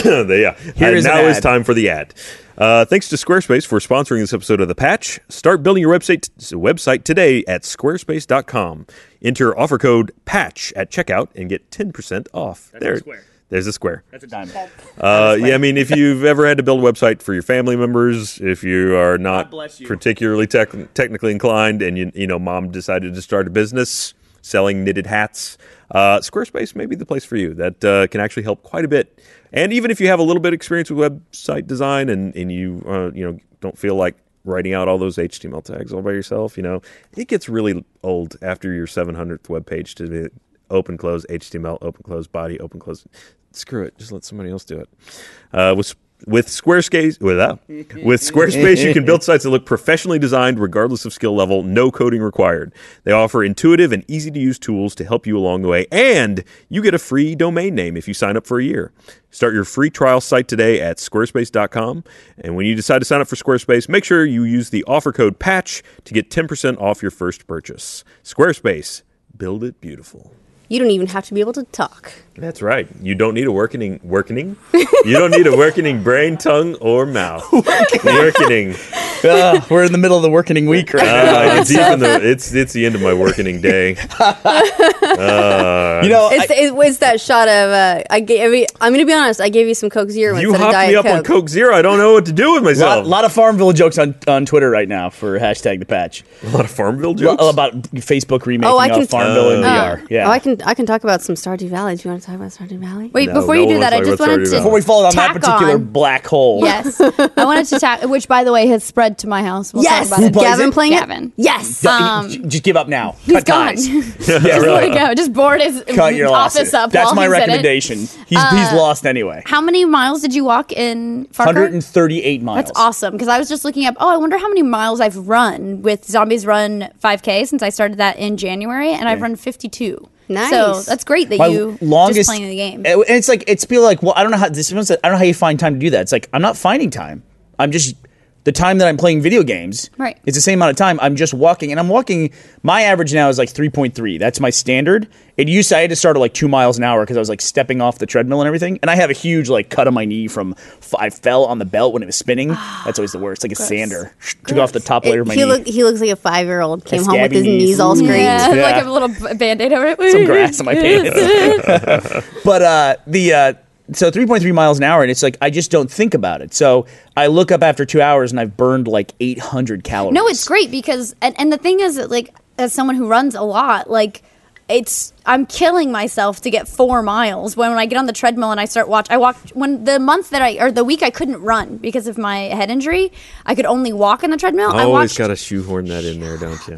Here
and
is an
now is
ad.
time for the ad. Uh, thanks to Squarespace for sponsoring this episode of The Patch. Start building your website website today at squarespace.com. Enter offer code PATCH at checkout and get 10% off.
That's a square.
There's a square.
That's a dime.
Uh, yeah, I mean, if you've ever had to build a website for your family members, if you are not
bless you.
particularly tech- technically inclined, and you you know, mom decided to start a business selling knitted hats, uh, Squarespace may be the place for you. That uh, can actually help quite a bit. And even if you have a little bit of experience with website design, and and you uh, you know don't feel like writing out all those HTML tags all by yourself, you know, it gets really old after your 700th web page to be open close HTML, open close body, open close. Screw it, just let somebody else do it. Uh, with with Squarespace, with uh, with Squarespace, you can build sites that look professionally designed, regardless of skill level. No coding required. They offer intuitive and easy to use tools to help you along the way, and you get a free domain name if you sign up for a year. Start your free trial site today at squarespace.com. And when you decide to sign up for Squarespace, make sure you use the offer code PATCH to get 10% off your first purchase. Squarespace, build it beautiful.
you don't even have to be able to talk.
That's right. You don't need a working working. You don't need a working brain, tongue, or mouth. working.
Ah, we're in the middle of the working week right now.
Uh, it's, even the, it's it's the end of my working day. Uh,
You know,
It's, it was that shot of uh, I gave. I'm gonna be honest. I gave you some Coke Zero
You
instead of
hopped
Diet
me up
Coke.
on Coke Zero. I don't know what to do with
A
myself.
lot, lot of Farmville jokes on, on Twitter right now for hashtag the patch
A lot of Farmville
Lo-
jokes.
about Facebook remaking
Oh, I
of
can-
Farmville in
Oh.
VR. yeah.
Oh, I can I can talk about some Stardew Valley. Do you want to talk about Stardew Valley?
Wait,
No,
before
no
you do
one
that, I
wants
just
to
wanted
already
to.
know.
Before we fall down that
Tack
particular
on.
black hole,
Yes, I wanted to tack. Which, by the way, has spread to my house. We'll
yes,
talk about it.
plays
Gavin
it?
playing
Gavin.
it. Yes,
D- j- just give up now.
um, He's
Cut
gone.
ties.
just
yeah,
let it
really.
go. Just board his
Cut your
office
losses.
up.
That's
while
my
he's in it. Uh,
recommendation. He's he's lost anyway.
How many miles did you walk in Far Cry?
138 miles.
That's awesome because I was just looking up. Oh, I wonder how many miles I've run with Zombies Run 5K since I started that in January, and I've run 52.
Nice.
So that's great that
My
you
longest
just playing the game.
And it's like it's feel like well, I don't know how this. one's- I don't know how you find time to do that. It's like I'm not finding time. I'm just the time that I'm playing video games.
Right.
It's the same amount of time. I'm just walking, and I'm walking. My average now is like 3.3. That's my standard. It used to, I had to start at like two miles an hour because I was like stepping off the treadmill and everything. And I have a huge like cut on my knee from f- I fell on the belt when it was spinning. That's always the worst. Like a sander took off the top layer of my
he
knee.
look he looks like a five year old. Came home with
scabby
his
knees.
knees, all
Ooh.
scraped.
yeah,
Yeah.
like a little b- band-aid over it.
some grass in my pants. but uh, the uh, so 3.3 miles an hour, and it's like I just don't think about it. So I look up after two hours, and I've burned like 800 calories.
No, it's great because and, and the thing is that like as someone who runs a lot, like it's I'm killing myself to get four miles. When, when I get on the treadmill and I start watch, I walked when the month that I or the week I couldn't run because of my head injury. I could only walk on the treadmill. I
Always
watched
got to shoehorn that in there, don't you?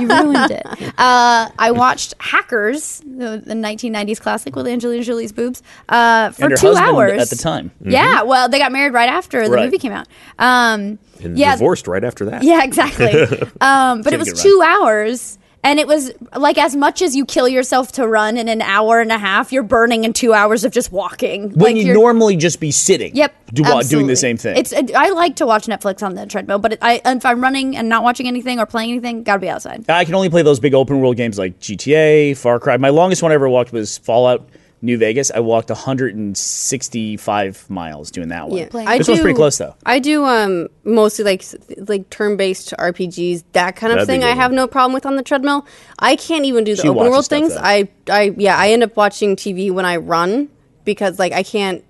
you ruined it. Uh, I watched Hackers, the, the 1990s classic with Angelina Jolie's boobs, uh, for
And her
two
husband
hours
at the time.
Yeah, well, they got married right after the
Right.
movie came out. Um,
And
yeah,
divorced right after that.
yeah, exactly. um, but it
Take
was
a run.
two hours. And it was like as much as you kill yourself to run in an hour and a half, you're burning in two hours of just walking.
When
like
you
you're-
normally just be sitting.
Yep.
Do, while doing
absolutely.
the same thing.
It's I like to watch Netflix on the treadmill, but it, I if I'm running and not watching anything or playing anything, gotta be outside.
I can only play those big open world games like GTA, Far Cry. My longest one I ever walked was Fallout New Vegas. I walked 165 miles doing that one.
Yeah,
I
this one's pretty close though.
I do um mostly like s- like turn based RPGs, that kind of
That'd be
thing.
good
I
one.
have no problem with on the treadmill. I can't even do the
She
open
watches
world
stuff,
things.
though.
I I yeah, I end up watching TV when I run because like I can't.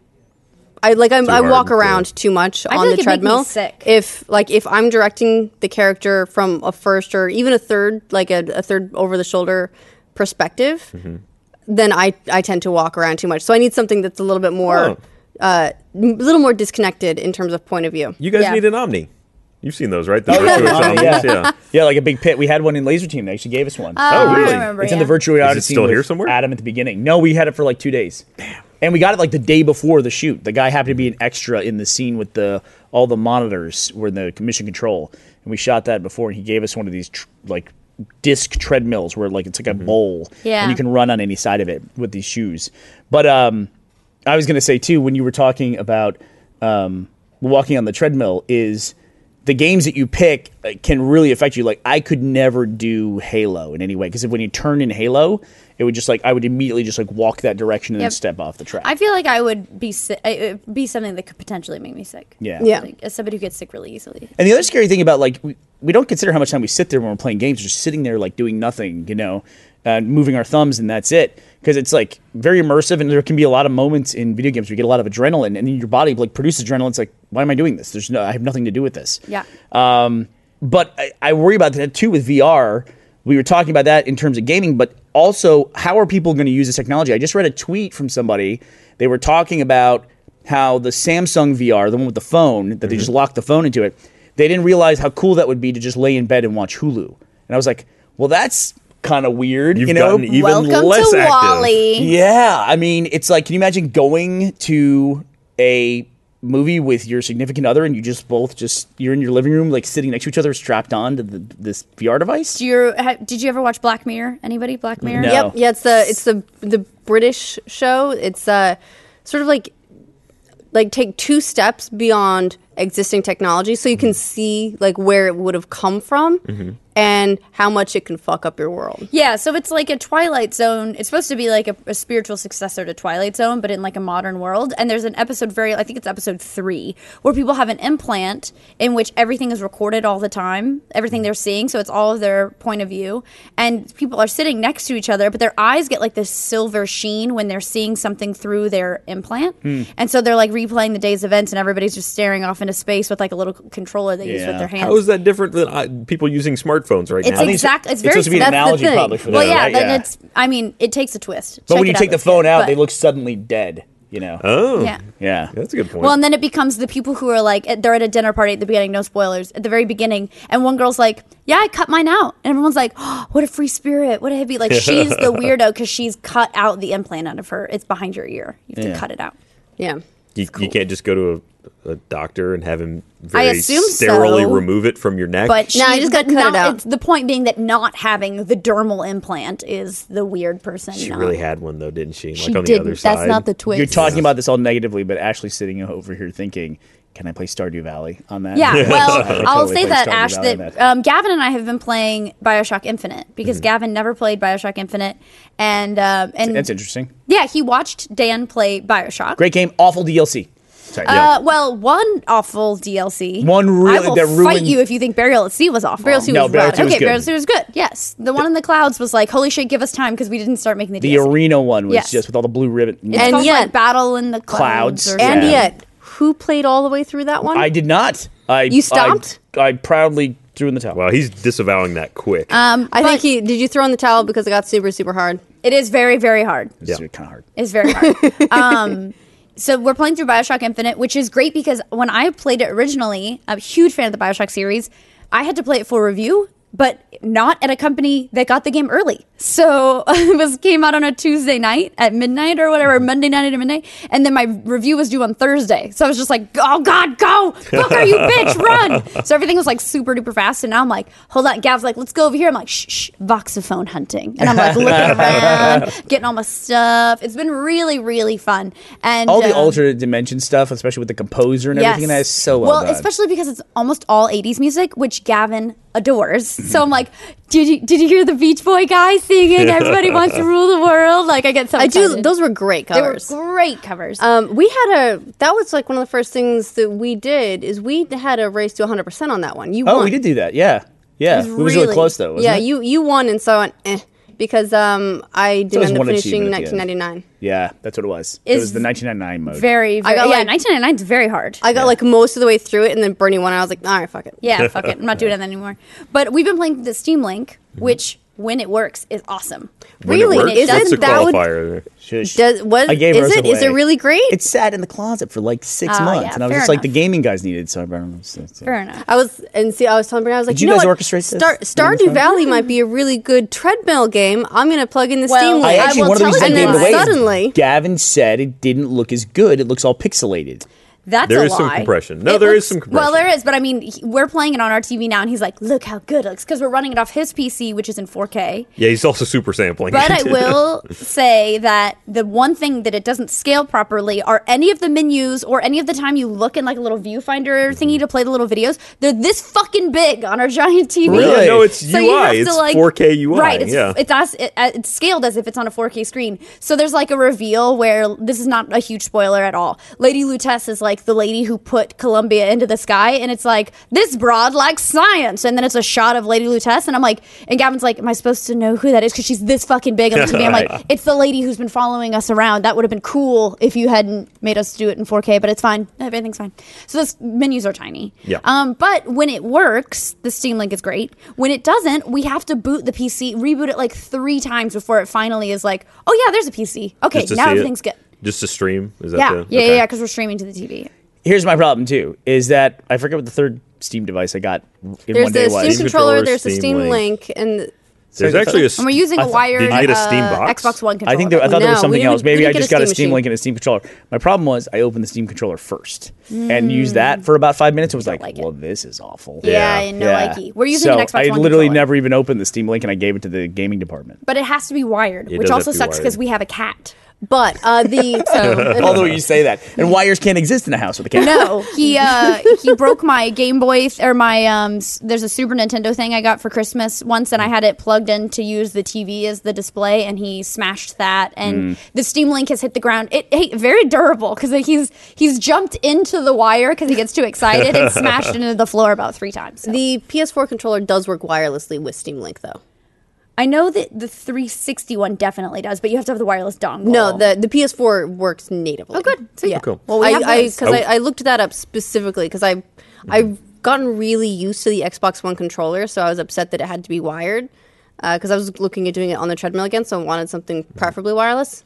I like I'm, I
hard,
walk
yeah.
around too much
feel
on
like
the
it'd make me
treadmill.
sick.
If like if I'm directing the character from a first or even a third, like a, a third over the shoulder perspective, then I I tend to walk around too much. So I need something that's a little bit more,
Oh.
uh, m- a little more disconnected in terms of point of view.
You guys
Yeah. Oh,
need an Omni. You've seen those, right? The
yeah,
virtual
Omni, yeah.
Omnis, yeah.
Yeah, like a big pit. We had one in Laser Team. They actually gave us one.
Oh,
I
really?
remember,
it's in
yeah.
the virtual reality
it still
scene
here
with
somewhere?
Adam at the beginning. No, we had it for like two days. And we got it like the day before the shoot. The guy happened to be an extra in the scene with the all the monitors were in the mission control, and we shot that before. And he gave us one of these tr- like disc treadmills where like it's like a
Mm-hmm.
bowl,
Yeah.
and you can run on any side of it with these shoes. But um, I was gonna say too when you were talking about um, walking on the treadmill is the games that you pick uh, can really affect you. Like I could never do Halo in any way because when you turn in Halo, it would just like I would immediately just like walk that direction and then
Yep.
step off the track.
I feel like I would be si- I- it'd be something that could potentially make me sick.
Yeah.
Yeah.
Like, as somebody who gets sick really easily.
and the other scary thing about like we, we don't consider how much time we sit there when we're playing games, just sitting there like doing nothing, you know, uh, moving our thumbs and that's it. Because it's like very immersive, and there can be a lot of moments in video games where you get a lot of adrenaline, and then your body like produces adrenaline. It's like, why am I doing this? There's no, I have nothing to do with this.
Yeah.
Um, but I, I worry about that too with VR. We were talking about that in terms of gaming, but also how are people going to use this technology? I just read a tweet from somebody. They were talking about how the Samsung VR, the one with the phone, that
Mm-hmm.
they just locked the phone into it, they didn't realize how cool that would be to just lay in bed and watch Hulu. And I was like, well, that's kind of weird.
You've
you know?
gotten even
Welcome
less
to
active.
Wally.
Yeah, I mean, it's like, can you imagine going to a movie with your significant other and you just both just you're in your living room, like sitting next to each other, strapped on to the, this VR device?
Do you ha- did you ever watch Black Mirror? Anybody Black Mirror?
No.
Yep. Yeah, it's the it's the the British show. It's uh sort of like like take two steps beyond existing technology so you can see like where it would have come from and how much it can fuck up your world.
Yeah, so it's like a Twilight Zone. It's supposed to be like a, a spiritual successor to Twilight Zone, but in like a modern world. And there's an episode very, I think it's episode three, where people have an implant in which everything is recorded all the time, everything they're seeing. So it's all of their point of view. And people are sitting next to each other, but their eyes get like this silver sheen when they're seeing something through their implant. And so they're like replaying the day's events, and everybody's just staring off into space with like a little controller they use
Yeah.
with their hands.
How is that different than uh, people using smartphones right
It's
now?
ex-
exactly. It's
It's
very.
supposed to be an
that's the
analogy
thing.
probably for
Well,
that,
yeah,
right?
then
Yeah.
it's. I mean, it takes a twist.
But when
Check
you
it
take
out.
the phone out, they
But-
look hmm. suddenly dead, you know?
oh,
Yeah.
yeah.
that's a good point.
Well, and then it becomes the people who are like at- they're at a dinner party at the beginning. No spoilers at the very beginning, and one girl's like, "Yeah, I cut mine out," and everyone's like, oh, "What a free spirit! What a heavy!" Like she's the weirdo because she's cut out the implant out of her. It's behind your ear. You have
Yeah.
to cut it out.
Yeah.
you, you can't just go to a, a doctor and have him
I
very
assume
sterilely
so.
remove it from your neck.
But she,
No, you just
but
gotta cut it
not-
out.
it's- The point being that not having the dermal implant is the weird person.
she
not-
really had one though, didn't she? Like
She
on the
didn't.
other side.
That's not the twist.
You're talking about this all negatively, but Ashley's sitting over here thinking, can I play Stardew Valley on that?
Yeah,
I
well,
totally
I'll say
played
that,
Stardew
Ash,
Valley on
that um, Gavin and I have been playing Bioshock Infinite because Gavin never played Bioshock Infinite. And, um, and
That's interesting.
yeah, he watched Dan play Bioshock.
Great game, awful DLC. Sorry.
Uh, well, one awful DLC.
One really-
I will
that
fight
ruined-
you if you think Burial at Sea was awful.
Burial at Sea
No,
was
Burial
rough.
at Sea was
okay,
good.
Burial at Sea was good. Yes, the one in the clouds was like, holy shit, give us time because we didn't start making the,
the
DLC.
arena one was
Yes.
just with all the blue ribbon.
It's
And
called,
yet-
like, Battle in the Clouds.
Clouds.
or
And
Yeah.
yet, who played all the way through that one?
I did not. I
You stopped?
I, I proudly Threw in the towel.
Wow, he's disavowing that quick.
Um,
I
but
think he did. You throw in the towel because it got super, super hard.
it is very, very hard.
It's
Yeah.
kind of hard.
It's very hard. um, so we're playing through Bioshock Infinite, which is great because when I played it originally, I'm a huge fan of the Bioshock series. I had to play it for review, but not at a company that got the game early. So it was came out on a Tuesday night at midnight or whatever, Monday night at midnight, and then my review was due on Thursday. So I was just like, "Oh God, go, Booker, you bitch, run!" So everything was like super duper fast, and now I'm like, "Hold on," Gav's like, "Let's go over here." I'm like, "Shh, shh, voxophone hunting," and I'm like looking around, getting all my stuff. It's been really, really fun, and
All the
um,
alternate dimension stuff, especially with the composer and everything, that is so well, done.
especially because it's almost all '80s music, which Gavin adores. So I'm like, did you did you hear the Beach Boy guy singing? Everybody wants to rule the world. Like I get so
I do.
excited.
Those were great
They were
covers.
great covers.
Um, we had a that was like one of the first things that we did is we had a race to 100 percent on that one. You
oh,
won.
we did do that. Yeah, yeah. It was really, close though. Wasn't
yeah,
it?
you you won, and so I went, eh, because um I
There
didn't
was
end up
one
finishing
achievement at the end.
1999.
Yeah, that's what it was. it
Is
was the 1999 mode.
very, very.
got,
yeah,
like-
1999 is very hard.
I got like most of the way through it, and then Bernie won. And I was like, all right, fuck it.
Yeah, fuck it. I'm not doing that anymore. But we've been playing the Steam Link,
Mm-hmm.
which when it works is awesome.
When
really?
it works,
Is
that's
it-
a
that would-
qualifier. there.
Shush.
Does what
I gave
is
hers
it? Is it
away.
really great?
it sat in the closet for like six
Oh,
months,
yeah,
and I was
fair
just like, the
enough.
gaming guys needed it, so I brought them. So, so.
Fair enough.
I was and see, I was telling Brian, I was like,
Did you
know
guys
what?
orchestrate this?
Star,
During this
Stardew
time?
Valley might be a really good treadmill game. I'm gonna plug in the
Well,
Steam
I
Link.
actually- one of the
tell
reasons
you
I gave
and
it
then
away is-
suddenly,
Gavin said it didn't look as good. It looks all pixelated.
That's
There
a
is some
lie.
compression. No, there is some compression.
Well, there is, but I mean, he- we're playing it on our TV now, and he's like, "Look how good it looks," because we're running it off his PC, which is in 4K.
Yeah, he's also super sampling.
But
it.
I will say that the one thing that it doesn't scale properly are any of the menus or any of the time you look in like a little
Mm-hmm.
viewfinder thingy to play the little videos. They're this fucking big on our giant TV.
Really?
No, it's
So
UI.
you have
it's
to, like-
4K UI.
Right. It's,
yeah.
it's, as, it, uh, it's scaled as if it's on a 4K screen. So there's like a reveal where this is not a huge spoiler at all. Lady Lutess is like the lady who put Columbia into the sky, and it's like, this broad likes science. And then it's a shot of Lady Lutess, and I'm like, and Gavin's like, am I supposed to know who that is? Because she's this fucking big. And looks at me, I'm like, it's the lady who's been following us around. That would have been cool if you hadn't made us do it in 4K, but it's fine. Everything's fine. So those menus are tiny.
Yeah.
Um, but when it works, the Steam Link is great. When it doesn't, we have to boot the PC, reboot it like three times before it finally is like, oh yeah, there's a PC. Okay,
Just to
now
see it.
everything's good.
Just to stream. Is that
Yeah,
the,
yeah, yeah,
okay.
yeah, because we're streaming to the TV.
Here's my problem too: is that I forget what the third Steam device I got in
there's
one day
the
was.
Steam controller, there's the
Steam
Steam
Link.
Link, and
There's actually a. s-
And we're using
I
a
thought-
wired
did you get a Steam
uh,
box?
Xbox One controller.
I think there, I thought there was
No,
something
we didn't-
else.
we
Maybe
didn't
I
get
just
a
got a
Steam
Steam
machine.
Link and a Steam controller. My problem was I opened the Steam controller first and used that for about five minutes. It was like,
Mm. like it.
well, this is awful.
yeah,
Yeah.
and no
Yeah.
Ikey. We're using
so
an Xbox
I
One
literally
controller.
never even opened the Steam Link and I gave it to the gaming department.
But it has to be wired,
It
which
does
also
have to be
sucks
wired.
because we have a cat.
but uh, the so,
Although you say that, and wires can't exist in a house with a cat.
Oh.
No, he uh, he broke my Game Boy th- or my um. s- There's a Super Nintendo thing I got for Christmas once, and I had it plugged in to use the TV as the display, and he smashed that.
Mm.
And the Steam Link has hit the ground. It, it very durable because he's he's jumped into the wire because he gets too excited and smashed into the floor about three times. so.
the PS4 controller does work wirelessly with Steam Link though.
I know that the 360 one definitely does, but you have to have the wireless dongle.
No, the the PS4 works natively. Oh,
Oh. good. See?
yeah.
Cool.
Well, we I,
have
I,
those.
because I,
Oh.
I looked that up specifically because
Hmm.
I, I've gotten really used to the Xbox One controller, so I was upset that it had to be wired. Because I was looking at doing it on the treadmill again, so I wanted something
Hmm.
preferably wireless.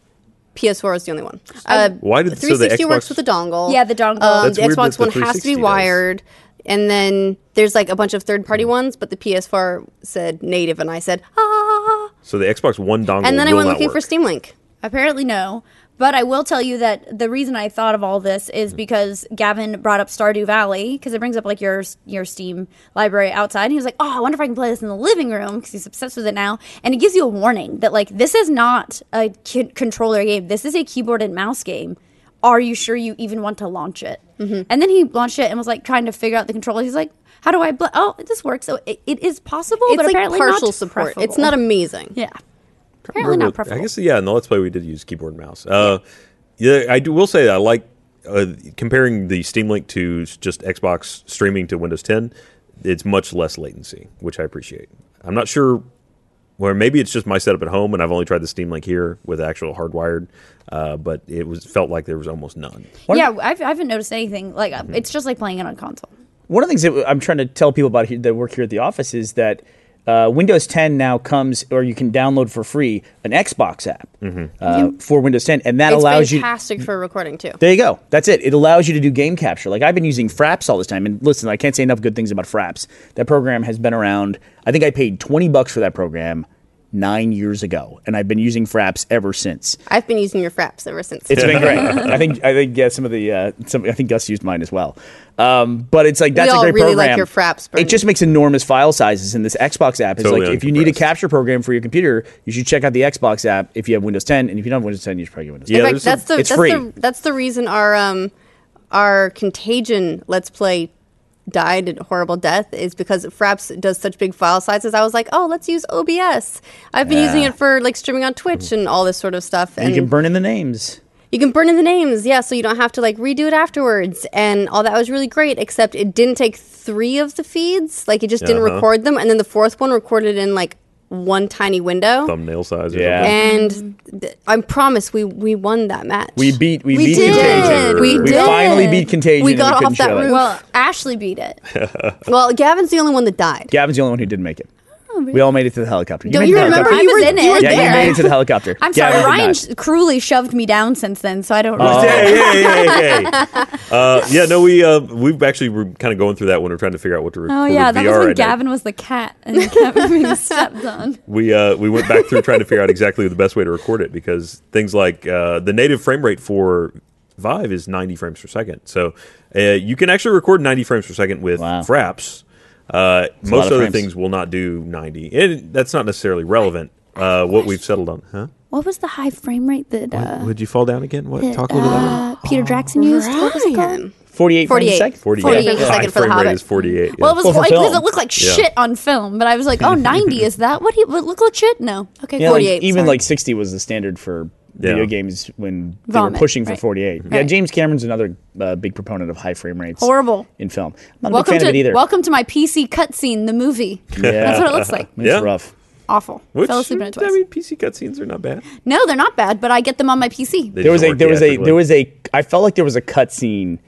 PS4 was the only one. Uh,
Why did- so the
360 works
Xbox-
with a dongle?
Yeah, the dongle.
Um,
That's
the
weird that
Xbox
the
One has to
360
be
does.
wired, and then there's like a bunch of third-party
Hmm.
ones, but the PS4 said native, and I said ah.
So the Xbox One dongle.
And then I
will
went
not
looking
work.
for Steam Link.
Apparently, no. But I will tell you that the reason I thought of all this is
Hmm.
because Gavin brought up Stardew Valley because it brings up like your your Steam library outside. And he was like, "Oh, I wonder if I can play this in the living room because he's obsessed with it now." And it gives you a warning that like this is not a ki- controller game. This is a keyboard and mouse game. Are you sure you even want to launch it?
Mm-hmm.
And then he launched it and was like trying to figure out the controller. He's like, "How do I? Bl- oh, this works. So it, it is possible,
It's
Oh, but
like
apparently
partial
not
support. It's
preferable.
not amazing.
yeah." Apparently
remember-
not preferable.
I guess yeah. In the Let's Play, we did use keyboard and mouse. Uh, yeah. I do, will say that I like uh, comparing the Steam Link to s- just Xbox streaming to Windows 10. It's much less latency, which I appreciate. I'm not sure, or maybe it's just my setup at home, and I've only tried the Steam Link here with actual hardwired. Uh, but it was felt like there was almost none.
Mm-hmm.
yeah, I've, I haven't noticed anything. Like uh, it's just like playing it on console.
one of the things that I'm trying to tell people about here, that work here at the office is that uh, Windows 10 now comes, or you can download for free an Xbox app uh, for Windows 10, and that
It's
allows you.
fantastic for recording too.
There you go. That's it. It allows you to do game capture. Like I've been using Fraps all this time, and listen, I can't say enough good things about Fraps. That program has been around. I think I paid twenty bucks for that program nine years ago, and I've been using Fraps ever since.
I've been using your fraps ever since.
It's been great. I think I think yeah, some of the uh, some I think Gus used mine as well. Um, but it's like that's
all
a great
really like
program.
your Fraps, Bernie.
it just makes enormous file sizes, and this Xbox app is
Totally
like if you need a
uncompressed.
capture program for your computer, you should check out the Xbox app if you have Windows 10, and if you don't have Windows 10, you should probably get Windows. 10.
Yeah,
In fact,
there's a-
that's the
it's
that's
free.
the that's the reason our um our contagion let's play died a horrible death is because Fraps does such big file sizes. I was like, oh, let's use OBS. I've been using
Yeah.
it for like streaming on Twitch and all this sort of stuff. And
You can burn in the names.
You can burn in the names, yeah, so you don't have to like redo it afterwards. And all that was really great, except it didn't take three of the feeds. Like it just didn't
Uh-huh.
record them. And then the fourth one recorded in like one tiny window.
thumbnail size. Or
Yeah.
something.
And th- I promise we, we won that match.
Mm-hmm. We beat. We,
We
beat
did.
Contagion.
We
we
did.
finally beat Contagion.
We
and
got
couldn't
off that
show it.
roof.
Well, Ashley beat it.
Well, Gavin's the only one that died.
Gavin's the only one who didn't make it. We all made it to the helicopter.
Oh, Don't
made
you
it to the
remember?
helicopter.
I
You
was
were-
in it.
you were
Yeah,
there.
you made it to the helicopter.
I'm
Gavin
sorry,
did
Ryan
not.
sh- cruelly shoved me down since then, so I
Uh,
don't.
Oh.
know.
Hey, hey, hey, hey. Uh, yeah, no, we uh, we actually were kind of going through that when we are trying to figure out what to record.
Oh yeah, that
VR
was when
right now.
Gavin was the cat and Gavin being stepped on.
we uh, we went back through trying to figure out exactly the best way to record it because things like uh, the native frame rate for Vive is 90 frames per second. So uh, you can actually record 90 frames per second with
Wow.
Fraps. Uh,
a lot
most
of
other
frames.
things will not do 90, and that's not necessarily relevant. Uh, what we've settled on, huh?
What was the high frame rate that uh,
Would you fall down again? What?
that,
Talk a little louder.
uh,
Oh,
Peter Jackson used? What was it called?
Ryan.
48 frames a
48.
second.
48.
48
Yeah.
second
High
for The
frame rate
Hobbit.
is 48.
Well, it was
Well, for
like because
film.
it looked like
Yeah.
shit on film, but I was like, oh, 90 is that? What he what look like shit? No, okay,
Yeah, like,
48.
even
sorry.
like 60 was the standard for video
Yeah.
games when they were
Vomit,
pushing for
right.
48. Yeah,
Right.
James Cameron's another uh, big proponent of high frame rates.
Horrible.
in film. I'm not a
welcome
big fan
to
of it either.
welcome to my PC cutscene, the movie.
Yeah.
That's what it looks like.
It's
Yeah.
rough.
Awful.
Which,
Fell asleep in it twice.
I mean, PC cutscenes are not bad.
no, they're not bad, but I get them on my PC.
They
There was
just
a
weren't
there was a
theatrically.
there was a I felt like there was a cut scene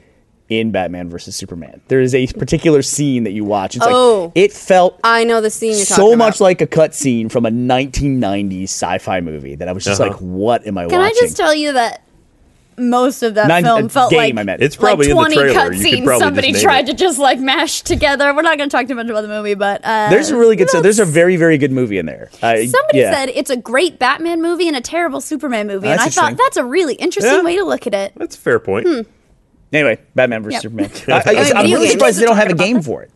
in Batman versus Superman. There is a particular scene that you watch. It's
Oh.
like it felt
I know the scene you're talking
so much
about.
like a cutscene from a 1990s sci-fi movie that I was just
Uh-huh.
like, "What am I
Can I
watching?"
just uh, tell you that most of that
Nine-
film
uh,
felt
game,
like
I meant.
It's probably
like
in
20
the trailer. You could
cutscenes
probably
somebody
just name
tried
it.
to just like mash together. We're not going to talk too much about the movie, but uh,
there's a really good. So there's a very very good movie in there. I,
Somebody
yeah.
said it's a great Batman movie and a terrible Superman movie, and
That's
I thought
interesting.
that's a really interesting
Yeah.
way to look at it.
That's a fair
Hmm.
point.
Anyway, Batman versus
Yeah.
Superman. I,
mean,
am
video
really
games.
surprised they don't have a game for it.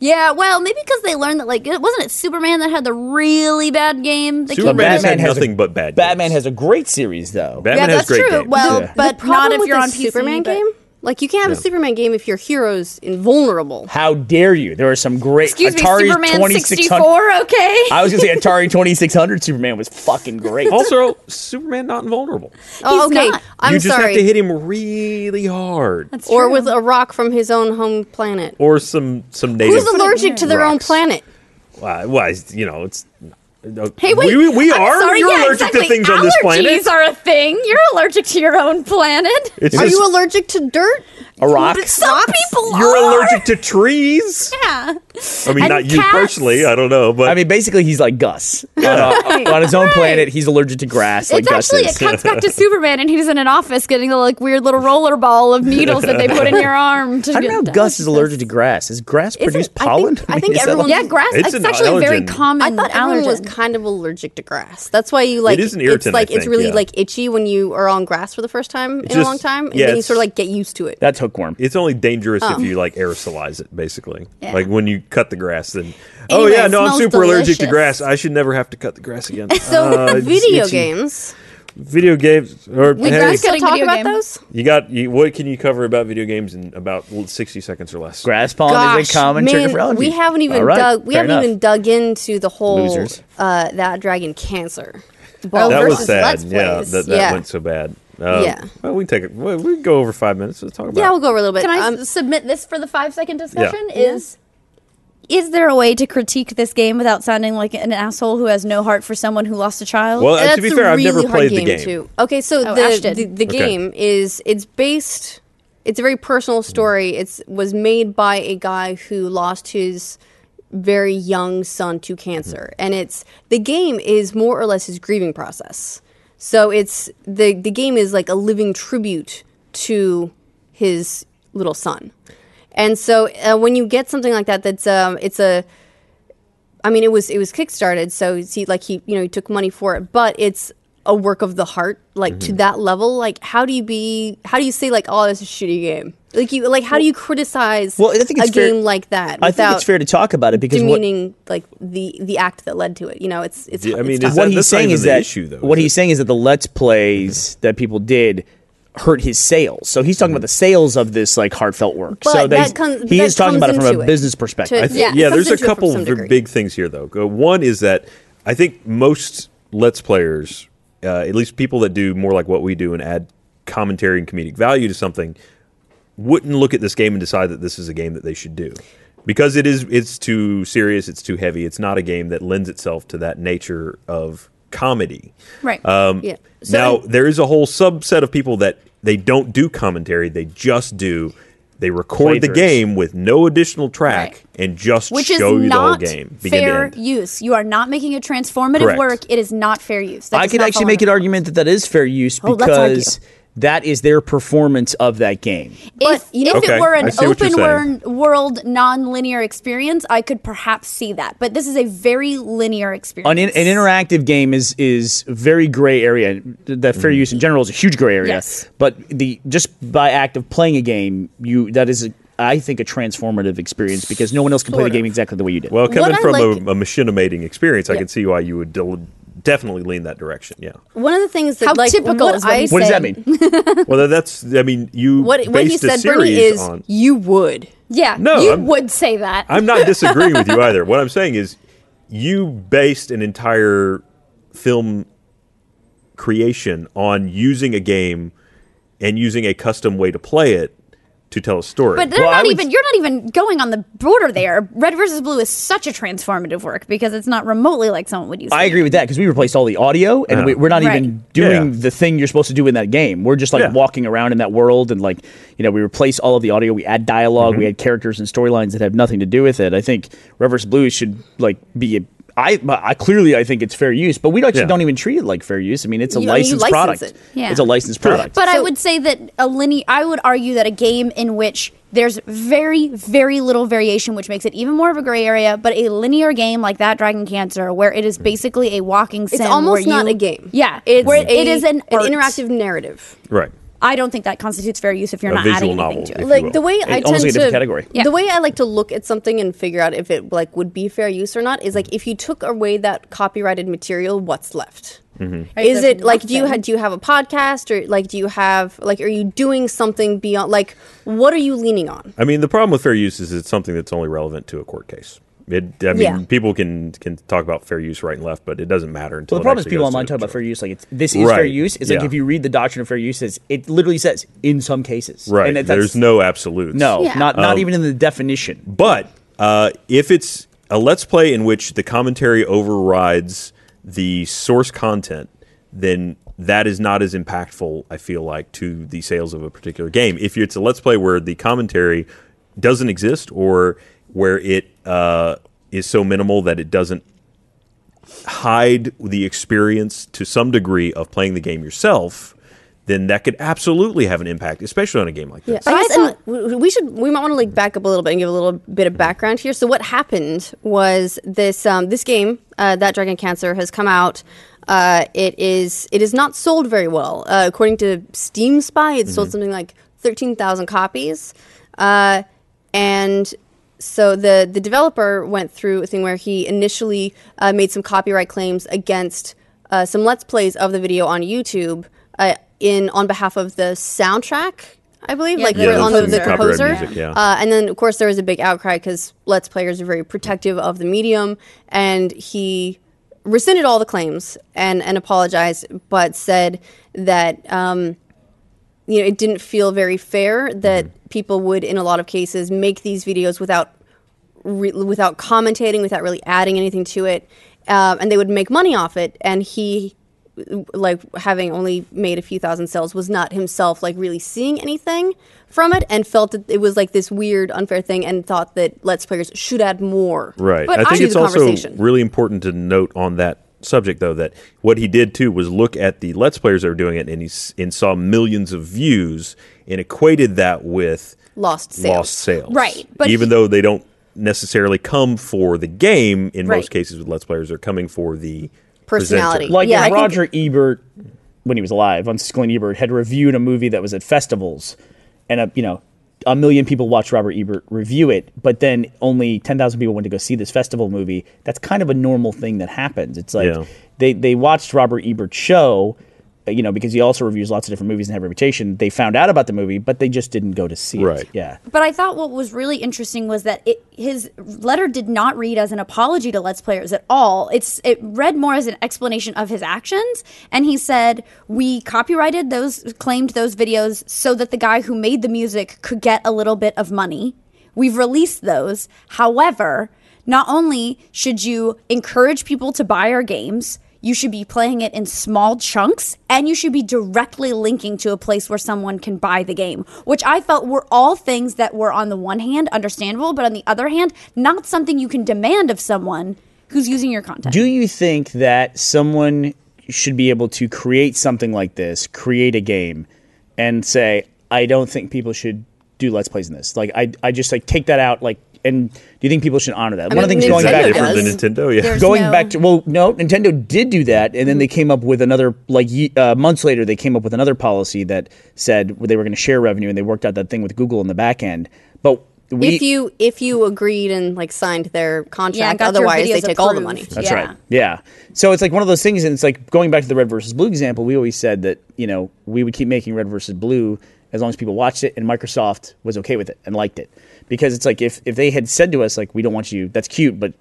Yeah, well, maybe because they learned that like it wasn't it Superman that had the really bad game. They
Superman
kept-
has had
Batman has a-
nothing but bad.
Batman
games.
has a great series though.
Batman
yeah,
has
that's
great
true.
games.
Well,
Yeah.
but not
Problem
if
with
you're
the
on PC.
Superman
but-
game. Like you can't have
Yeah.
a Superman game if your hero's invulnerable.
How dare you? There are some great
Excuse me,
Atari
Superman
2600
64. Okay.
I was gonna say Atari 2600 Superman was fucking great.
also, Superman not invulnerable.
Oh,
He's
okay.
not.
I'm
you just
sorry.
have to hit him really hard,
That's
or
true.
with a rock from his own home planet.
or some some native.
Who's allergic to their own
Rocks.
planet?
Why? why is- you know, it's.
Hey, wait.
We, we
I'm
are.
sorry,
You're
yeah,
allergic
exactly.
to things on this planet.
Allergies are a thing. You're allergic to your own planet.
It's
Are
just-
you allergic to dirt?
a rock.
Some people
You're
are.
allergic to trees.
Yeah.
I mean,
And
not you
cats.
personally. I don't know, but
I mean, basically, he's like Gus on, a- on his own planet. He's allergic to grass, like
It's
Gus
actually, it
is.
cuts back to Superman, and he's in an office getting the like weird little roller ball of needles that they put in your arm. To
I don't
get
know.
done.
if Gus is allergic to grass. Does grass produce pollen?
I think- I think
Is that
everyone-
Yeah, grass.
It's
It's,
an
actually a very
allergen.
common
I thought everyone
allergen.
was kind of allergic to grass. That's why you like
is an irritant,
It's like
I
it's
think,
really
yeah.
like itchy when you are on grass for the first time in a
just-
long time, and
yeah,
then you
it's-
sort of like get used to it.
that's hookworm.
it's only dangerous if you like aerosolize it. Basically,
Oh. Yeah.
like when you cut the grass, then oh
Anyway,
yeah,
it
no, I'm
smells
super allergic to
delicious.
grass. I should never have to cut the grass again.
so
Uh, it's
video
itchy.
games.
video games, or
We
hey,
guys gonna
Cutting
talk
video
about
game.
those?
You got you, what can you cover about video games in about sixty seconds or less?
grass pollen is a
Gosh,
common trigger
man,
for allergies.
we haven't even
All right,
dug. We
fair
haven't
enough.
even dug into the whole
Losers.
uh, that dragon cancer.
Oh,
Ball
that was
Oh, versus
sad.
Let's
Yeah,
Plays.
that, that
yeah.
went so bad. Um,
Yeah.
Well, we can take it. We we can go over five minutes. Let's talk about.
yeah, we'll go over a little bit.
Can I
Um,
s- submit this for the five second discussion?
Yeah.
Is is there a way to critique this game without sounding like an asshole who has no heart for someone who lost a child?
Well, uh,
That's
to be
a
fair, I've
really
never
hard
played the game.
Too. Okay, so
Oh, Ash
the,
did.
the the
Okay.
game is it's based. it's a very personal story. It's was made by a guy who lost his very young son to cancer,
Mm-hmm.
and it's the game is more or less his grieving process. So it's the the game is like a living tribute to his little son, and so uh, when you get something like that, that's um, it's a I mean, it was it was kickstarted, so see, like he, you know, he took money for it, but it's a work of the heart, like
Mm-hmm.
to that level. Like, how do you be? How do you say like, oh, this is a shitty game? Like you, like, how do you criticize?
Well, I think it's
a
fair-
game like that
I think
without
it's fair to talk about it because what,
demeaning like the the act that led to it. You know, it's it's.
Yeah, I
it's
mean,
tough.
is
what
that-
he's
that's not
saying
even
is
the
that
issue, though,
what
is
he's saying is that the let's plays that people did hurt his sales. So he's talking
Mm-hmm.
about the sales of this like heartfelt work.
But
so they-
that comes-
he
that
is talking about it
comes
from a
into it.
business
To-
perspective.
I think,
Yeah,
yeah,
it comes
there's a
into it from
couple
some
of
degree.
big things here, though. Uh, One is that I think most Let's Players, uh, at least people that do more like what we do and add commentary and comedic value to something, wouldn't look at this game and decide that this is a game that they should do because it is it's too serious, it's too heavy. It's not a game that lends itself to that nature of comedy.
Right.
Um,
Yeah. So
now
I-
there is a whole subset of people that they don't do commentary; they just do. They record the
Playthroughs.
game with no additional track
Right.
and just
which is
show you the whole
not
game. begin to
fair
end.
use. You are not making a transformative
Correct.
work. It is not fair use. That
I
does
could
not
actually
fall
make an
under-
argument that that is fair use
Oh, let's argue.
because that is their performance of that game.
If,
you know-
if
Okay,
it were
I
an
see what you're
open
saying.
wor- world, non-linear experience, I could perhaps see that. But this is a very linear experience.
An, in, an interactive game is is a very gray area. The
Mm-hmm.
fair use in general is a huge gray area.
Yes.
But the just by act of playing a game, you that is a, I think a transformative experience because no one else can play
Sort
the game
of.
exactly the way you did.
Well,
What
coming
I
from
like-
a, a machinimating experience, I
Yeah.
can see why you would del- definitely lean that direction. Yeah.
one of the things that
How
like,
typical
what
is what
I
he
what does
said-
that mean?
well, that's. I mean, you
What
based
what he
a
said, Bernie,
series
is
on.
you would.
yeah,
No,
you
I'm-
would say that.
I'm not disagreeing with you either. What I'm saying is, you based an entire film creation on using a game and using a custom way to play it to tell a story.
but they're
Well, I
not
would-
even. You're not even going on the border there. Red versus Blue is such a transformative work because it's not remotely like someone would use.
I
it.
agree with that because we replaced all the audio and
Yeah.
we, we're not even
Right.
doing
Yeah.
the thing you're supposed to do in that game. We're just like
Yeah.
walking around in that world and like, you know, we replace all of the audio. We add dialog
Mm-hmm.
we add characters and storylines that have nothing to do with it. I think Reverse Blues should like be. A, I, I clearly I think it's fair use, but we actually
Yeah.
don't even treat it like fair use. I mean, it's a
You- I mean, you
licensed
license
product.
it.
Yeah.
It's a licensed product.
But I
So-
would say that a linear. I would argue that a game in which there's very, very little variation, which makes it even more of a gray area. But a linear game like that, Dragon Cancer, where it is
Mm.
basically a walking
It's
sim, where
almost
you-
not a game.
Yeah,
it's
where it
a-
is an, art.
interactive narrative.
right.
I don't think that constitutes fair use if you're
A
not
visual
adding
novel,
anything
if
to
you
it.
like
will.
the way I
It almost
tend
like a different
to
category.
Yeah.
the way I like to look at something and figure out if it like would be fair use or not is like if you took away that copyrighted material, what's left?
Mm-hmm.
Is
there's
it like do you
nothing.
had do you have a podcast or like do you have like are you doing something beyond like what are you leaning on?
I mean, the problem with fair use is it's something that's only relevant to a court case. It, I mean,
Yeah.
people can can talk about fair use right and left, but it doesn't matter until.
Well, the
it
problem is
actually
people
goes to
online
the
talk about
judge.
fair use like it's this is fair
Right.
use. It's like
Yeah.
if you read the doctrine of fair use, it's, it literally says in some cases.
Right.
And that- that's-
There's no Um, absolutes.
no,
Yeah.
not not even in the definition.
But uh, if it's a let's play in which the commentary overrides the source content, then that is not as impactful. I feel like to the sales of a particular game. If it's a let's play where the commentary doesn't exist or where it uh, is so minimal that it doesn't hide the experience to some degree of playing the game yourself, then that could absolutely have an impact, especially on a game like this.
I
I
guess
thought-
and w- we should we might want to like back up a little bit and give a little bit of background here. So what happened was this um, this game uh, that Dragon Cancer has come out. Uh, it is it is not sold very well uh, according to Steam Spy. It sold something like thirteen thousand copies, uh, and so the the developer went through a thing where he initially uh, made some copyright claims against uh, some let's plays of the video on YouTube uh, in on behalf of the soundtrack, I believe, like
the
we're on the,
composer.
the
Copyright
composer.
music, yeah.
Uh, and then of course there was a big outcry because let's players are very protective of the medium, and he rescinded all the claims and and apologized, but said that. Um, you know, it didn't feel very fair that
Mm-hmm.
people would, in a lot of cases, make these videos without re- without commentating, without really adding anything to it, um, and they would make money off it. And he like having only made a few thousand sales was not himself like really seeing anything from it and felt that it was like this weird unfair thing and thought that let's players should add more
Right.
but
I think
to
it's
the
also
conversation
really important to note on that subject, though, that what he did too was look at the Let's Players that were doing it and he s- and saw millions of views and equated that with
lost sales
lost sales.
Right, but
Even
he-
though they don't necessarily come for the game, in most
Right.
cases with Let's Players, they're coming for the
Personality.
presenter.
Like
Yeah,
if
I think-
Roger Ebert, when he was alive, on Siskel and Ebert, had reviewed a movie that was at festivals, and a, you know, a million people watched Robert Ebert review it, but then only ten thousand people went to go see this festival movie. That's kind of a normal thing that happens. It's like
Yeah.
they they watched Robert Ebert's show. uh, You know, because he also reviews lots of different movies and had a reputation. They found out about the movie, but they just didn't go to see
Right.
it. Yeah.
But I thought what was really interesting was that it, his letter did not read as an apology to Let's Players at all. It's it read more as an explanation of his actions, and he said we copyrighted those, claimed those videos so that the guy who made the music could get a little bit of money. We've released those. However, not only should you encourage people to buy our games. You should be playing it in small chunks and you should be directly linking to a place where someone can buy the game, which I felt were all things that were, on the one hand, understandable, but on the other hand, not something you can demand of someone who's using your content.
Do you think that someone should be able to create something like this, create a game, and say, I don't think people should do let's plays in this? Like, I, I just like take that out. Like, and do you think people should honor that? One of the
mean,
things
Is
going
Nintendo
that
back
different
does.
than Nintendo? Yeah.
There's-
going
no-
back to well no nintendo did do that and
Mm-hmm.
then they came up with another like ye- uh, months later they came up with another policy that said they were going to share revenue and they worked out that thing with google in the back end but we
if you if you agreed and like signed their
yeah,
contract
got your
otherwise they
videos
take all the
approved.
money
That's
yeah.
right. Yeah. So it's like one of those things, and it's like going back to the red versus blue example. We always said that you know we would keep making red versus blue as long as people watched it, and Microsoft was okay with it and liked it because it's like if if they had said to us like we don't want you, that's cute, but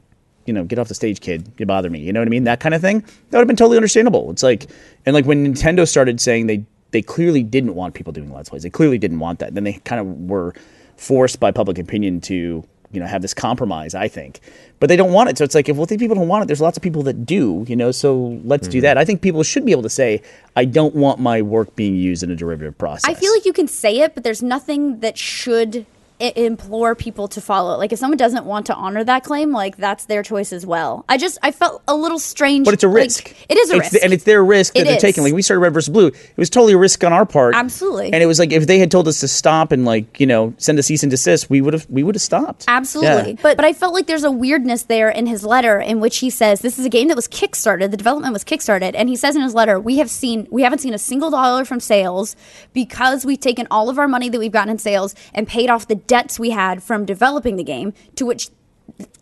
you know get off the stage, kid, you bother me, you know what I mean, that kind of thing. That would have been totally understandable. It's like and like when Nintendo started saying they they clearly didn't want people doing let's plays, they clearly didn't want that. Then they kind of were forced by public opinion to you know have this compromise i think but they don't want it so it's like if well, if people don't want it there's lots of people that do you know so let's do that i think people should be able to say i don't want my work being used in a derivative process
I feel like you can say it, but there's nothing that should i- implore people to follow it. Like if someone doesn't want to honor that claim, like that's their choice as well. I just I felt a little strange.
but it's a
like,
risk.
it is a
It's-
risk,
and it's their risk that
It
they're
is.
taking. Like we started Red versus Blue, it was totally a risk on our part.
Absolutely.
And it was like if they had told us to stop and like you know send a cease and desist, we would have we would have stopped.
Absolutely.
Yeah.
But but I felt like there's a weirdness there in his letter in which he says this is a game that was kickstarted, the development was kickstarted, and he says in his letter, "We have seen we haven't seen a single dollar from sales because we've taken all of our money that we've gotten in sales and paid off the debts we had from developing the game." To which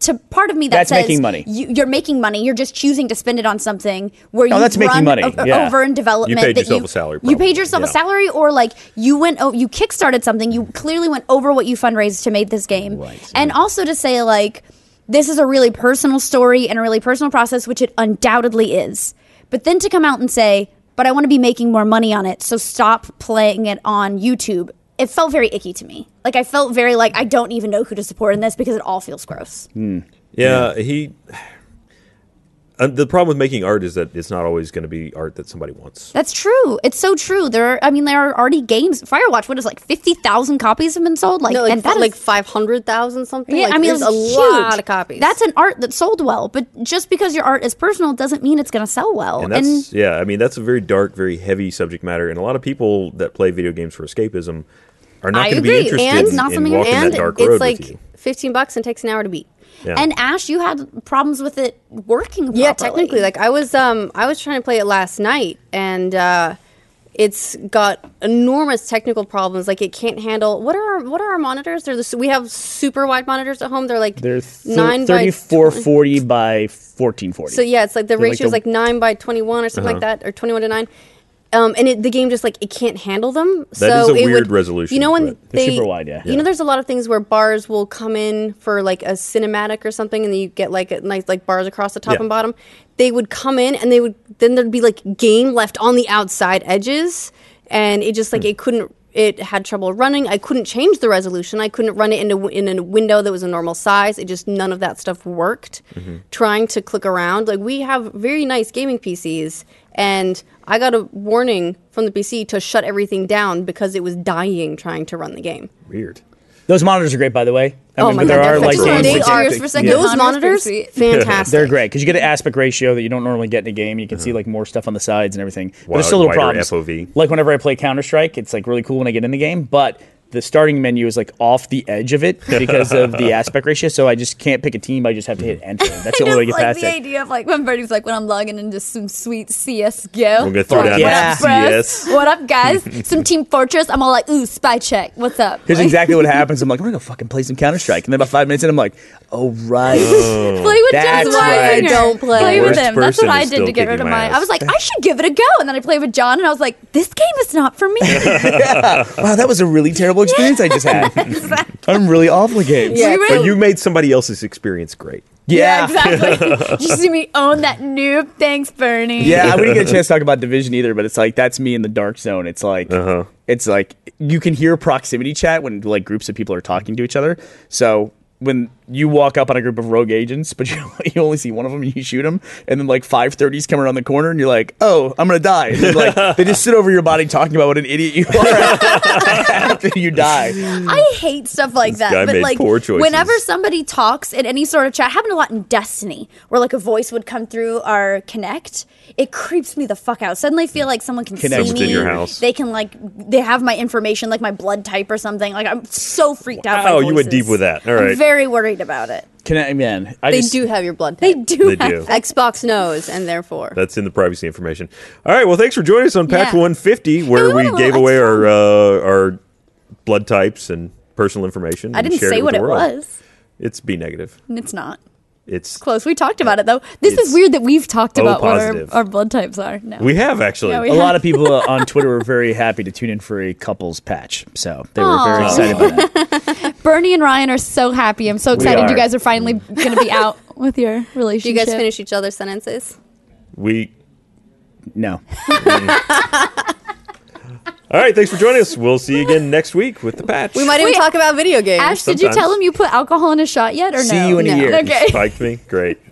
to part of me that
That's
says
making money.
You, you're making money. You're just choosing to spend it on something where
No,
you
that's making
run
money.
o-
Yeah.
over in development.
paid
that
yourself
you,
a salary,
You
probably.
paid yourself
Yeah.
a salary, or like you went oh you kickstarted something. You clearly went over what you fundraised to make this game.
Right.
And also to say like this is a really personal story and a really personal process, which it undoubtedly is. But then to come out and say, but I want to be making more money on it, so stop playing it on YouTube. It felt very icky to me. Like I felt very like I don't even know who to support in this because it all feels gross.
Yeah, he. Uh, the problem with making art is that it's not always going to be art that somebody wants.
That's true. It's so true. There, are, I mean, there are already games. Firewatch, what is it, like fifty thousand copies have been sold. Like,
no, like,
and that is-
like 500,000 something.
yeah,
like,
I mean,
there's
it's
a
huge.
lot of copies.
That's an art that sold well, but just because your art is personal doesn't mean it's going to sell well.
Oh, And that's yeah, I mean that's a very dark, very heavy subject matter, and a lot of people that play video games for escapism are not
I
going to
agree,
be interested
and
in,
not
in
something-
walking
and
that dark
it's
road
like
with you.
15 bucks and takes an hour to beat.
Yeah.
And Ash, you had problems with it working.
Yeah,
properly.
technically, like I was, um, I was trying to play it last night, and uh, it's got enormous technical problems. Like it can't handle what are our, what are our monitors? They're the, we have super wide monitors at home. They're like
They're
nine by
3440 by 1440.
So yeah, it's like the
They're like
ratio is
the-
like nine by twenty one or something
Uh-huh.
like that, or twenty one to nine. Um, and it, the game just like it can't handle them. so
is a
it
weird
would,
resolution,
You know when
but-
They're
they
super wide, yeah.
You know, there's a lot of things where bars will come in for like a cinematic or something, and then you get like a nice like bars across the top
Yeah.
and bottom. They would come in, and they would then there'd be like game left on the outside edges, and it just like it couldn't. it had trouble running. I couldn't change the resolution. I couldn't run it in a, in a window that was a normal size. It just none of that stuff worked. Trying to click around, like we have very nice gaming PCs, and I got a warning from the PC to shut everything down because it was dying trying to run the game.
Weird.
Those monitors are great, by the way. I
Oh
mean,
my
but there
God,
are
they're
like
fantastic.
games
They
that-
are-
Serious for a second.
Those
Yeah. Monitor's
monitors,
pretty sweet.
fantastic.
They're great because you get an aspect ratio that you don't normally get in a game. You can see like more stuff on the sides and everything. But
Wider-
there's still little
wider
problems.
FOV.
Like whenever I play Counter Strike, it's like really cool when I get in the game, but the starting menu is like off the edge of it because of the aspect ratio. So I just can't pick a team. I just have to hit enter. That's the
I
only way to
just
get
like
past
the
it.
idea of like when Bernie's like, when I'm logging into some sweet CSGO.
We're gonna throw
Like,
down
what
Yeah.
up, bros?
CS.
What up, guys? some Team Fortress. I'm all like, ooh, spy check. What's up?
Here's
Like,
exactly what happens. I'm like, I'm gonna go fucking play some Counter Strike, and then about five minutes in, I'm like, oh right.
Play with
That's
James
right.
Wagner.
Don't play.
play with
Worst
him. That's
person
what I
is
did
still
to get rid
kicking
of
my
mine.
ass.
I was like, I should give it a go, and then I played with John, and I was like, this game is not for me.
wow, that was a really terrible experience I just had. I'm really awful at games.
Yeah.
We were-
But you made somebody else's experience great.
Yeah.
exactly. Did you see me own that noob? Thanks, Bernie.
Yeah, we didn't get a chance to talk about division either, but it's like that's me in the dark zone. It's like it's like you can hear proximity chat when like groups of people are talking to each other. So when you walk up on a group of rogue agents, but you, you only see one of them, and you shoot them, and then like five thirties come around the corner, and you're like, "Oh, I'm gonna die!" And then, like they just sit over your body talking about what an idiot you are after you die.
I hate stuff like that.
guy
but
made
like,
poor choices.
whenever somebody talks in any sort of chat, happened a lot in Destiny, where like a voice would come through our Connect. It creeps me the fuck out. Suddenly, I feel like someone can
Kinect
see
was
me.
in your house.
They can like they have my information, like my blood type or something. Like I'm so freaked out. by
Wow, you went
voices.
deep with that. All right.
I'm very worried about it.
Can I, man? I
They
just,
do have your blood.
They
type.
do.
They
have
do.
that.
Xbox knows, and therefore.
That's in the privacy information. All right. Well, thanks for joining us on Patch
Yeah.
150,
we
where
went
we
a little
gave away our uh, our blood types and personal information.
I
and
didn't
shared
say
with
what
the
it
world.
was.
It's B negative.
It's not
It's
close. We talked about it though. This
It's
is weird that we've talked
O
about what our,
positive.
our blood types are. No.
we have actually.
Yeah, we
A lot of people uh, on Twitter were very happy to tune in for a couples patch, so they were very
Aw.
excited about that.
Bernie and Ryan are so happy. I'm so excited
are.
you guys are finally going to be out with your
Do you
relationship.
guys finish each other's sentences?
we.
No.
All right. Thanks for joining us. We'll see you again next week with the patch.
We might even
Wait.
talk about video games.
Ash, did you
Sometimes.
tell him you put alcohol in a shot yet or no?
See you in a
No.
year.
Okay.
Spiked me. Great.